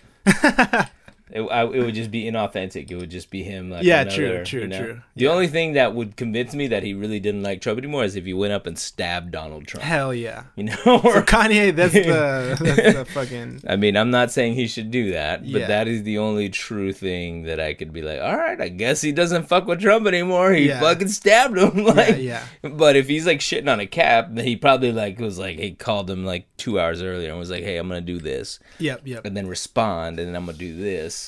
Speaker 1: It, I, it would just be inauthentic. It would just be him. Like
Speaker 3: Yeah, true,
Speaker 1: another,
Speaker 3: true,
Speaker 1: you know?
Speaker 3: true.
Speaker 1: The only thing that would convince me that he really didn't like Trump anymore is if he went up and stabbed Donald Trump.
Speaker 3: hell yeah.
Speaker 1: You know,
Speaker 3: For
Speaker 1: or,
Speaker 3: Kanye, that's the that's the fucking
Speaker 1: I mean, I'm not saying he should do that, but
Speaker 3: Yeah.
Speaker 1: that is the only true thing that I could be like, all right, I guess he doesn't fuck with Trump anymore. He
Speaker 3: Yeah.
Speaker 1: fucking stabbed him. like,
Speaker 3: yeah.
Speaker 1: But if he's like shitting on a cap, then he probably like was like he called him like two hours earlier and was like, hey, I'm gonna do this.
Speaker 3: yep yep
Speaker 1: and then respond and then I'm gonna do this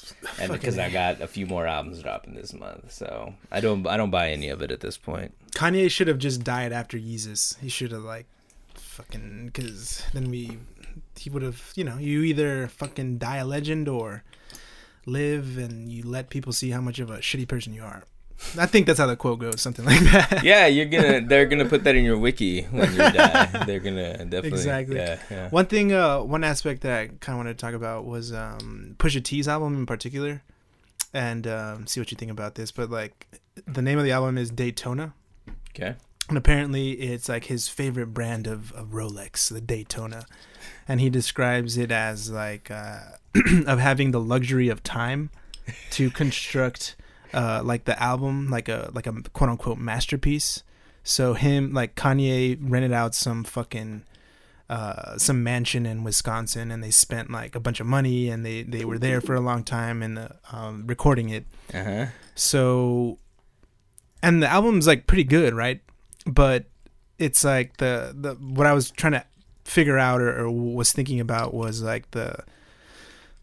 Speaker 1: and because I got a few more albums dropping this month so I don't I don't buy any of it at this point
Speaker 3: Kanye should have just died after Yeezus. He should have like fucking because then we he would have, you know, you either fucking die a legend or live and you let people see how much of a shitty person you are. I think that's how the quote goes, something like that.
Speaker 1: Yeah, you're gonna. They're gonna put that in your wiki when you die. They're gonna definitely.
Speaker 3: Exactly.
Speaker 1: Yeah, yeah.
Speaker 3: One thing, uh, one aspect that I kind of wanted to talk about was um, Pusha T's album in particular, and um, see what you think about this. But like, the name of the album is Daytona,
Speaker 1: Okay.
Speaker 3: and apparently it's like his favorite brand of, of Rolex, the Daytona, and he describes it as like uh, of having the luxury of time to construct uh, like the album, like a like a quote unquote masterpiece. So him like Kanye rented out some fucking uh, some mansion in Wisconsin, and they spent like a bunch of money, and they they were there for a long time and uh, um, recording it.
Speaker 1: Uh huh.
Speaker 3: So, and the album's like pretty good, right? But it's like the the what I was trying to figure out or, or was thinking about was like the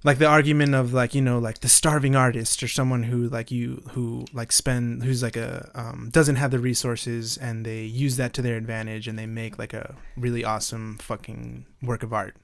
Speaker 3: like the argument of like you know like the starving artist or someone who like you who like spend who's like a um, doesn't have the resources and they use that to their advantage and they make like a really awesome fucking work of art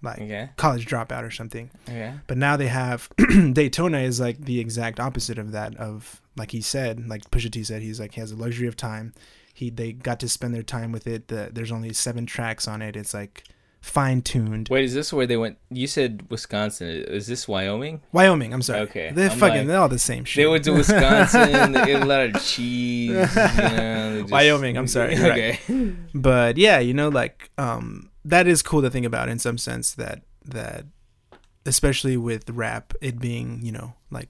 Speaker 3: like
Speaker 1: Okay.
Speaker 3: college dropout or something
Speaker 1: Okay.
Speaker 3: but now they have Daytona is like the exact opposite of that. Of like he said, like Pusha T said, he's like he has the luxury of time. He they got to spend their time with it. The, there's only seven tracks on it. It's like fine tuned.
Speaker 1: Wait, is this where they went? You said Wisconsin. Is this Wyoming?
Speaker 3: Wyoming, I'm sorry.
Speaker 1: Okay,
Speaker 3: they're
Speaker 1: I'm
Speaker 3: fucking
Speaker 1: like-
Speaker 3: they're all the same shit.
Speaker 1: They went to Wisconsin. they get a lot of cheese. You know, they just-
Speaker 3: Wyoming, I'm sorry, you're right.
Speaker 1: okay.
Speaker 3: but yeah, you know, like um, that is cool to think about in some sense that that especially with rap, it being you know like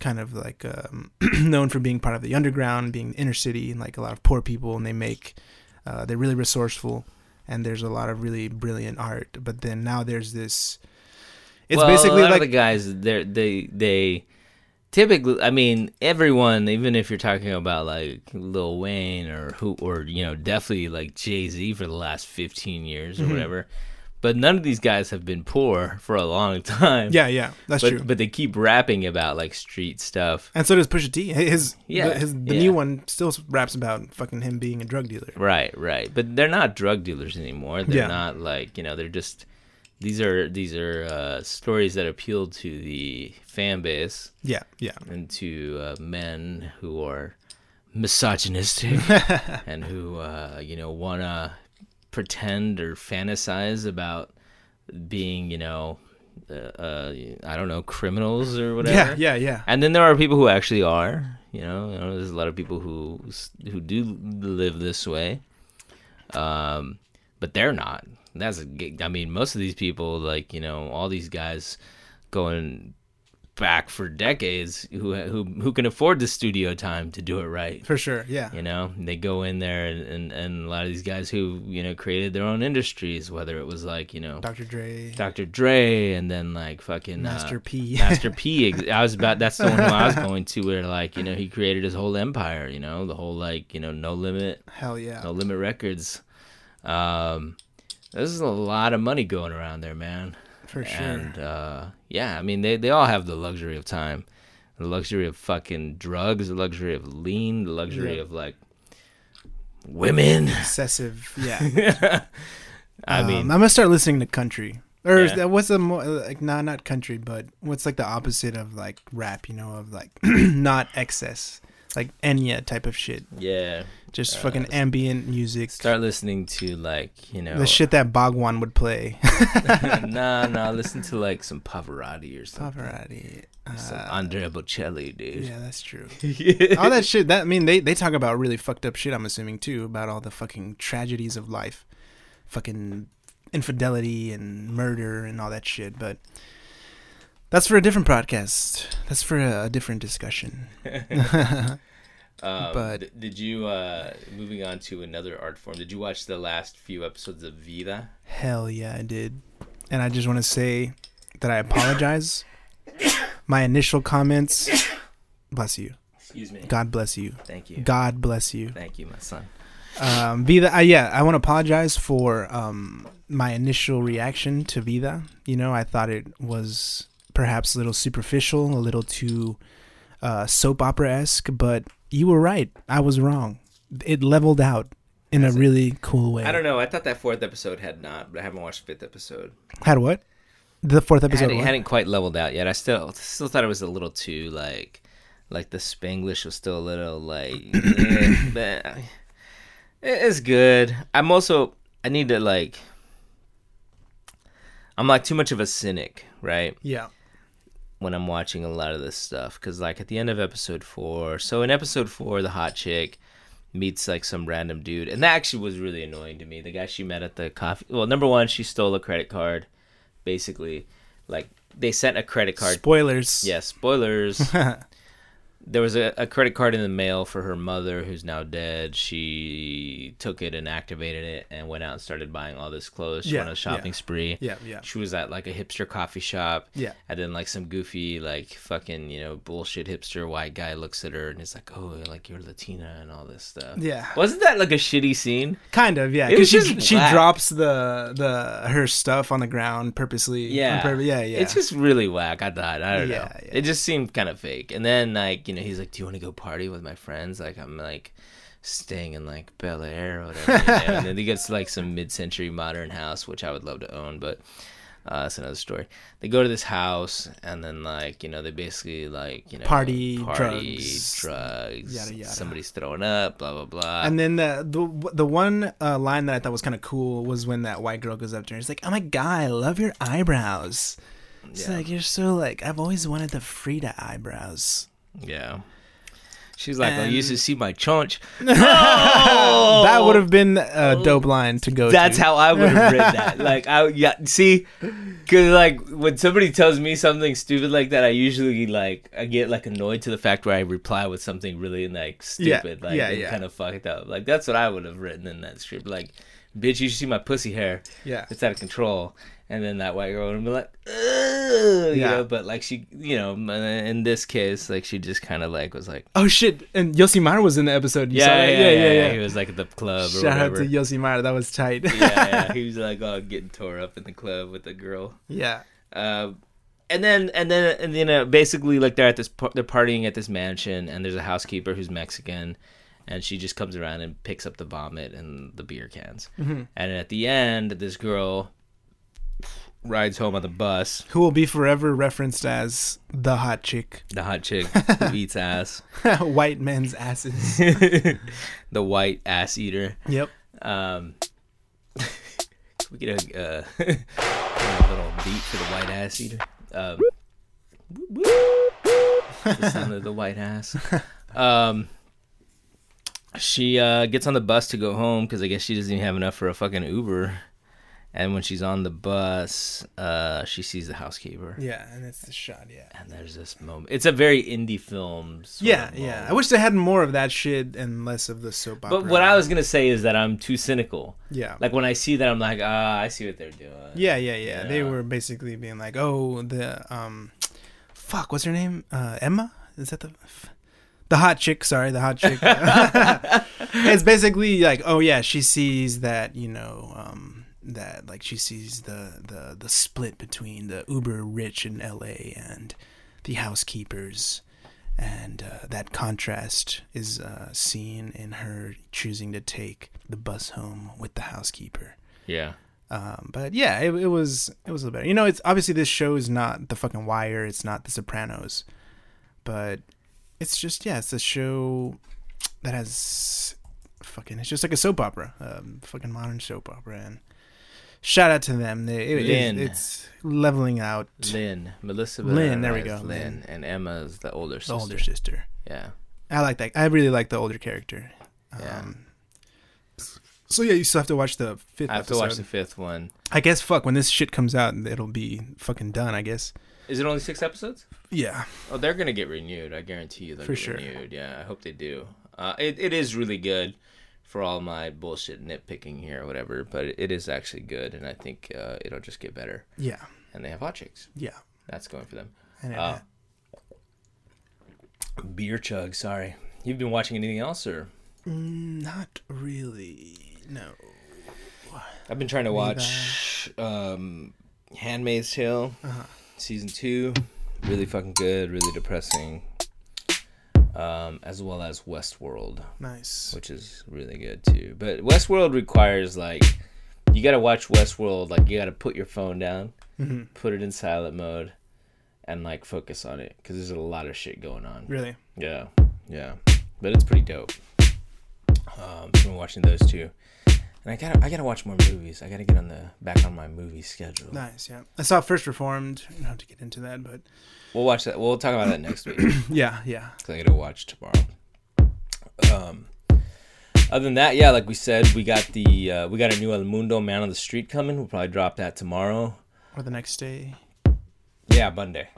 Speaker 3: kind of like um, known for being part of the underground, being inner city, and like a lot of poor people, and they make uh, they're really resourceful, and there's a lot of really brilliant art. But then now there's this. It's
Speaker 1: well,
Speaker 3: basically
Speaker 1: a lot
Speaker 3: like
Speaker 1: of the guys. They they they typically. I mean, everyone. Even if you're talking about like Lil Wayne or who, or you know, definitely like Jay Z for the last 15 years
Speaker 3: Mm-hmm.
Speaker 1: or whatever. But none of these guys have been poor for a long time.
Speaker 3: yeah, yeah, that's
Speaker 1: but,
Speaker 3: true.
Speaker 1: But they keep rapping about like street stuff.
Speaker 3: and so does Pusha T. His
Speaker 1: Yeah,
Speaker 3: his the
Speaker 1: yeah.
Speaker 3: new one still raps about fucking him being a drug dealer.
Speaker 1: Right, right. But they're not drug dealers anymore. They're
Speaker 3: Yeah.
Speaker 1: not like you know. They're just these are these are uh, stories that appeal to the fan base
Speaker 3: Yeah, yeah.
Speaker 1: and to uh, men who are misogynistic and who uh, you know wanna pretend or fantasize about being you know uh, uh, I don't know criminals or whatever.
Speaker 3: Yeah, yeah, yeah.
Speaker 1: And then there are people who actually are. You know, you know, there's a lot of people who s- who do live this way, um, but they're not. That's a gig. I mean, most of these people, like you know, all these guys going back for decades who who who can afford the studio time to do it right.
Speaker 3: For sure, yeah.
Speaker 1: You know, they go in there, and, and, and a lot of these guys who you know created their own industries, whether it was like you know
Speaker 3: Dr. Dre,
Speaker 1: Dr. Dre, and then like fucking uh,
Speaker 3: Master P.
Speaker 1: Master P. ex- I was about that's the one who I was going to where like you know he created his whole empire. You know the whole like you know No Limit,
Speaker 3: Hell yeah.
Speaker 1: No Limit Records. Um, there's a lot of money going around there, man.
Speaker 3: For sure.
Speaker 1: And uh, yeah, I mean they they all have the luxury of time, the luxury of fucking drugs, the luxury of lean, the luxury of like women.
Speaker 3: Excessive, yeah.
Speaker 1: I
Speaker 3: Um,
Speaker 1: mean,
Speaker 3: I'm gonna start listening to country. Or is
Speaker 1: Yeah.
Speaker 3: that, what's the more like? Nah, not country, but what's like the opposite of like rap? You know, of like not excess, like Enya type of shit.
Speaker 1: yeah.
Speaker 3: Just fucking ambient music.
Speaker 1: Start listening to like you know
Speaker 3: the shit that Bhagwan would play.
Speaker 1: nah, nah. Listen to like some Pavarotti or something.
Speaker 3: Pavarotti.
Speaker 1: Some
Speaker 3: Uh,
Speaker 1: Andrea Bocelli, dude.
Speaker 3: yeah, that's true. all that shit. That I mean, they they talk about really fucked up shit. I'm assuming too about all the fucking tragedies of life, fucking infidelity and murder and all that shit. But that's for a different podcast. That's for a, a different discussion.
Speaker 1: Um,
Speaker 3: But-
Speaker 1: d- did you uh moving on to another art form? Did you watch the last few episodes of Vida?
Speaker 3: Hell yeah, I did. And I just want to say that I apologize. My initial comments. Bless you.
Speaker 1: Excuse me.
Speaker 3: God bless you.
Speaker 1: Thank you.
Speaker 3: God bless you.
Speaker 1: Thank you, my son.
Speaker 3: um, Vida, uh, yeah, I want to apologize for um, my initial reaction to Vida. You know, I thought it was perhaps a little superficial, a little too uh, soap opera esque, but you were right. I was wrong. It leveled out. in a really cool way.
Speaker 1: I don't know. I thought that fourth episode had not, but I haven't watched the fifth episode.
Speaker 3: Had what? The fourth
Speaker 1: I
Speaker 3: episode.
Speaker 1: hadn't,
Speaker 3: what?
Speaker 1: hadn't quite leveled out yet. I still still thought it was a little too like like the Spanglish was still a little like eh, but I- it- it's good. I'm also I need to like I'm like too much of a cynic, right?
Speaker 5: Yeah.
Speaker 1: When I'm watching a lot of this stuff cuz like at the end of episode 4, so in episode 4 the hot chick meets like some random dude and that actually was really annoying to me. The guy she met at the coffee Well, number 1, she stole a credit card basically like they sent a credit card
Speaker 3: Spoilers.
Speaker 1: yeah, spoilers. there was a, a credit card in the mail for her mother, who's now dead. She took it and activated it and went out and started buying all this clothes. She
Speaker 5: Yeah,
Speaker 1: went on a shopping spree.
Speaker 5: Yeah. Yeah.
Speaker 1: She was at like a hipster coffee shop.
Speaker 5: Yeah.
Speaker 1: And then like some goofy, like fucking, you know, bullshit hipster white guy looks at her and is like, oh, like you're Latina and all this stuff.
Speaker 5: Yeah.
Speaker 1: Wasn't that like a shitty scene?
Speaker 3: Kind of. Yeah.
Speaker 1: It was
Speaker 3: 'cause she
Speaker 1: just
Speaker 3: she
Speaker 1: whack.
Speaker 3: drops the the her stuff on the ground purposely.
Speaker 1: Yeah.
Speaker 3: on purpo- yeah. Yeah.
Speaker 1: It's just really whack. I thought. I don't know.
Speaker 3: Yeah, yeah.
Speaker 1: It just seemed kind of fake. And then like you know he's like, "Do you want to go party with my friends?" Like I'm like staying in like Bel Air or whatever. you know? And then he gets like some mid-century modern house, which I would love to own, but. Uh, that's another story. They go to this house and then like you know they basically like you know
Speaker 3: Party,
Speaker 1: party,
Speaker 3: drugs,
Speaker 1: drugs,
Speaker 3: yada, yada.
Speaker 1: Somebody's throwing up, blah blah blah.
Speaker 3: And then the the, the one uh, line that I thought was kind of cool was when that white girl goes up to her. She's like, "Oh my god, I love your eyebrows." It's
Speaker 1: Yeah.
Speaker 3: like you're so like I've always wanted the Frida eyebrows.
Speaker 1: yeah, she's like, "I
Speaker 3: And-
Speaker 1: used to see my chunch."
Speaker 3: That would have been a dope line to go.
Speaker 1: Oh. That's
Speaker 3: to.
Speaker 1: how I would have read that. Like I yeah, see, cause like when somebody tells me something stupid like that, I usually like I get like annoyed to the fact where I reply with something really like stupid, like
Speaker 5: yeah,
Speaker 1: and
Speaker 5: yeah.
Speaker 1: kind of fucked up. Like that's what I would have written in that script. Like, bitch, you should see my pussy hair.
Speaker 5: Yeah.
Speaker 1: it's out of control. And then that white girl would be like, Ugh, you
Speaker 5: Yeah.
Speaker 1: know. But like she, you know, in this case, like she just kind of like was like,
Speaker 3: Oh shit! And Yossi Mara was in the episode. You saw
Speaker 1: yeah,
Speaker 3: that?
Speaker 1: yeah, yeah, yeah, He was like at the club. or
Speaker 3: Shout out
Speaker 1: whatever
Speaker 3: to Yossi Mara. That was tight.
Speaker 1: yeah, yeah, he was like oh, getting tore up in the club with a girl.
Speaker 3: yeah.
Speaker 1: Uh, and then and then and then uh, basically like they're at this par- they're partying at this mansion and there's a housekeeper who's Mexican, and she just comes around and picks up the vomit and the beer cans. And at the end, this girl rides home on the bus.
Speaker 3: Who will be forever referenced as the hot chick?
Speaker 1: The hot chick who eats ass,
Speaker 3: White men's asses.
Speaker 1: the white ass eater.
Speaker 3: Yep.
Speaker 1: Um, can we get a, uh, a little beat for the white ass eater? Um, whoop, whoop, whoop. the sound of the white ass. Um, she uh, gets on the bus to go home because I guess she doesn't even have enough for a fucking Uber. And when she's on the bus, uh, she sees the housekeeper.
Speaker 3: Yeah, and it's the shot. Yeah.
Speaker 1: And there's this moment. It's a very indie film. Sort
Speaker 3: Yeah,
Speaker 1: of
Speaker 3: yeah.
Speaker 1: moment.
Speaker 3: I wish they had more of that shit and less of the soap opera.
Speaker 1: But what I was gonna say is that I'm too cynical.
Speaker 3: Yeah.
Speaker 1: Like when I see that, I'm like, ah, I see what they're doing.
Speaker 3: Yeah, yeah, yeah. They
Speaker 1: Yeah.
Speaker 3: were basically being like, "Oh, the um, fuck, what's her name? Uh, Emma? Is that the f- the hot chick? Sorry, the hot chick. it's basically like, oh yeah, she sees that you know um, that like she sees the the the split between the uber rich in L.A. and the housekeepers." And uh, that contrast is uh, seen in her choosing to take the bus home with the housekeeper.
Speaker 1: Yeah.
Speaker 3: Um, but yeah, it, it was it was a little better. You know, it's obviously this show is not The Fucking Wire, it's not The Sopranos, but it's just yeah, it's a show that has fucking it's just like a soap opera, um, fucking modern soap opera. And shout out to them, they, it- it-
Speaker 1: Lynn.
Speaker 3: it's leveling out
Speaker 1: Lynn, Melissa.
Speaker 3: Lynn, there we
Speaker 1: Barrera's Lynn,
Speaker 3: go, Lynn.
Speaker 1: and Emma's the older sister.
Speaker 3: the older sister.
Speaker 1: Yeah.
Speaker 3: I like that. I really like the older character.
Speaker 1: Yeah.
Speaker 3: Um, so yeah, you still have to watch the fifth.
Speaker 1: I have to
Speaker 3: episode.
Speaker 1: watch the fifth one.
Speaker 3: I guess fuck when this shit comes out, it'll be fucking done. I guess.
Speaker 1: Is it only six episodes?
Speaker 3: Yeah.
Speaker 1: Oh, they're gonna get renewed. I guarantee you. They'll
Speaker 3: For
Speaker 1: get
Speaker 3: sure.
Speaker 1: renewed. Yeah. I hope they do. Uh, it it is really good. For all my bullshit nitpicking here or whatever, but it is actually good, and I think uh, it'll just get better.
Speaker 3: Yeah.
Speaker 1: And they have hot chicks.
Speaker 3: Yeah.
Speaker 1: That's going for them.
Speaker 3: And it-
Speaker 1: Uh, beer chug. Sorry. You've been watching anything else, or
Speaker 3: Mm, not really. No.
Speaker 1: I've been trying to watch um, Handmaid's Tale season two. Really fucking good. Really depressing. um, as well as Westworld,
Speaker 3: Nice.
Speaker 1: which is really good too. But Westworld requires like you got to watch Westworld like you got to put your phone down, put it in silent mode, and like focus on it because there's a lot of shit going on.
Speaker 3: Really?
Speaker 1: Yeah, yeah, but it's pretty dope. Um, so I'm watching those two, and I gotta I gotta watch more movies. I gotta get on the back on my movie schedule.
Speaker 3: Nice. Yeah. I saw First Reformed. I don't have to get into that, but
Speaker 1: We'll watch that. We'll talk about that next week. 'cause
Speaker 3: yeah, yeah.
Speaker 1: I gotta watch tomorrow. Um, other than that, yeah, like we said, we got the uh, we got a new El Mundo Man on the Street coming. We'll probably drop that tomorrow.
Speaker 3: Or the next day.
Speaker 1: Yeah, Monday.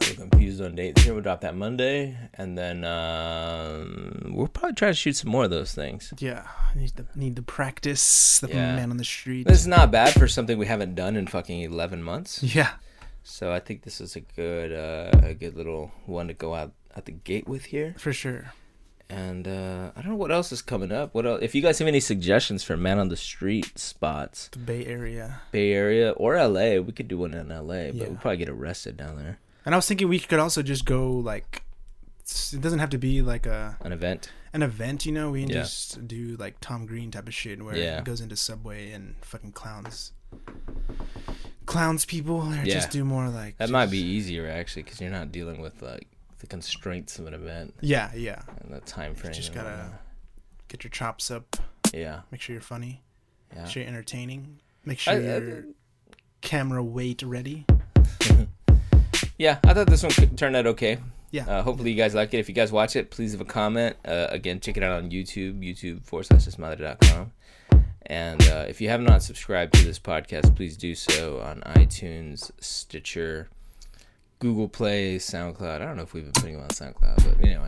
Speaker 1: We're confused on dates here. We'll drop that Monday, and then um, we'll probably try to shoot some more of those things.
Speaker 3: Yeah. I need the need the practice. The
Speaker 1: Yeah.
Speaker 3: man on the street.
Speaker 1: This is not bad for something we haven't done in fucking eleven months.
Speaker 3: Yeah.
Speaker 1: So I think this is a good uh, a good little one to go out at the gate with here.
Speaker 3: For sure.
Speaker 1: And uh, I don't know what else is coming up. What else? If you guys have any suggestions for man on the street spots,
Speaker 3: The Bay Area.
Speaker 1: Bay Area or LA, we could do one in LA, but
Speaker 3: Yeah.
Speaker 1: we'll probably get arrested down there.
Speaker 3: And I was thinking we could also just go like s- it doesn't have to be like a
Speaker 1: An event.
Speaker 3: an event, you know. We can
Speaker 1: Yeah.
Speaker 3: just do like Tom Green type of shit where
Speaker 1: Yeah.
Speaker 3: it goes into Subway and fucking clowns, clowns people, or just
Speaker 1: Yeah.
Speaker 3: do more like
Speaker 1: That might be easier actually, because you're not dealing with like the constraints of an event
Speaker 3: Yeah, yeah.
Speaker 1: and the time frame.
Speaker 3: just
Speaker 1: and all
Speaker 3: gotta- Get your chops up.
Speaker 1: that. Yeah.
Speaker 3: Make sure you're funny.
Speaker 1: Yeah.
Speaker 3: Make sure you're entertaining. Make
Speaker 1: I-
Speaker 3: sure
Speaker 1: I-
Speaker 3: your camera weight ready.
Speaker 1: Yeah, I thought this one could- turned out okay.
Speaker 3: Yeah.
Speaker 1: Uh, hopefully you guys like it. If you guys watch it, please leave a comment. Uh, again, check it out on YouTube, youtube forward slash thismother.com. And uh, if you have not subscribed to this podcast, please do so on iTunes, Stitcher, Google Play, SoundCloud. I don't know if we've been putting them on SoundCloud, but anyway.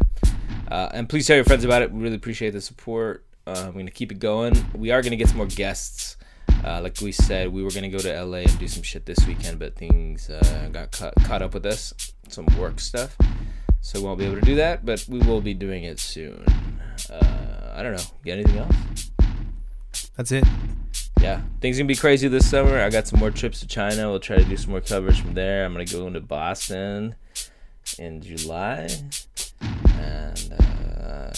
Speaker 1: Uh, and please tell your friends about it. We really appreciate the support. Uh, we're going to keep it going. We are going to get some more guests. Uh, like we said, we were going to go to LA and do some shit this weekend, but things uh, got caught, caught up with us, some work stuff. So we won't be able to do that, but we will be doing it soon. Uh, I don't know. You got anything else?
Speaker 6: That's it.
Speaker 1: yeah, things gonna be crazy this summer. I got some more trips to China. We'll try to do some more coverage from there. I'm gonna go into Boston in July, and uh,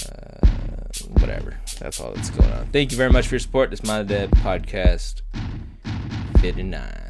Speaker 1: whatever. That's all that's going on. Thank you very much for your support. This is my dad podcast. Fifty nine.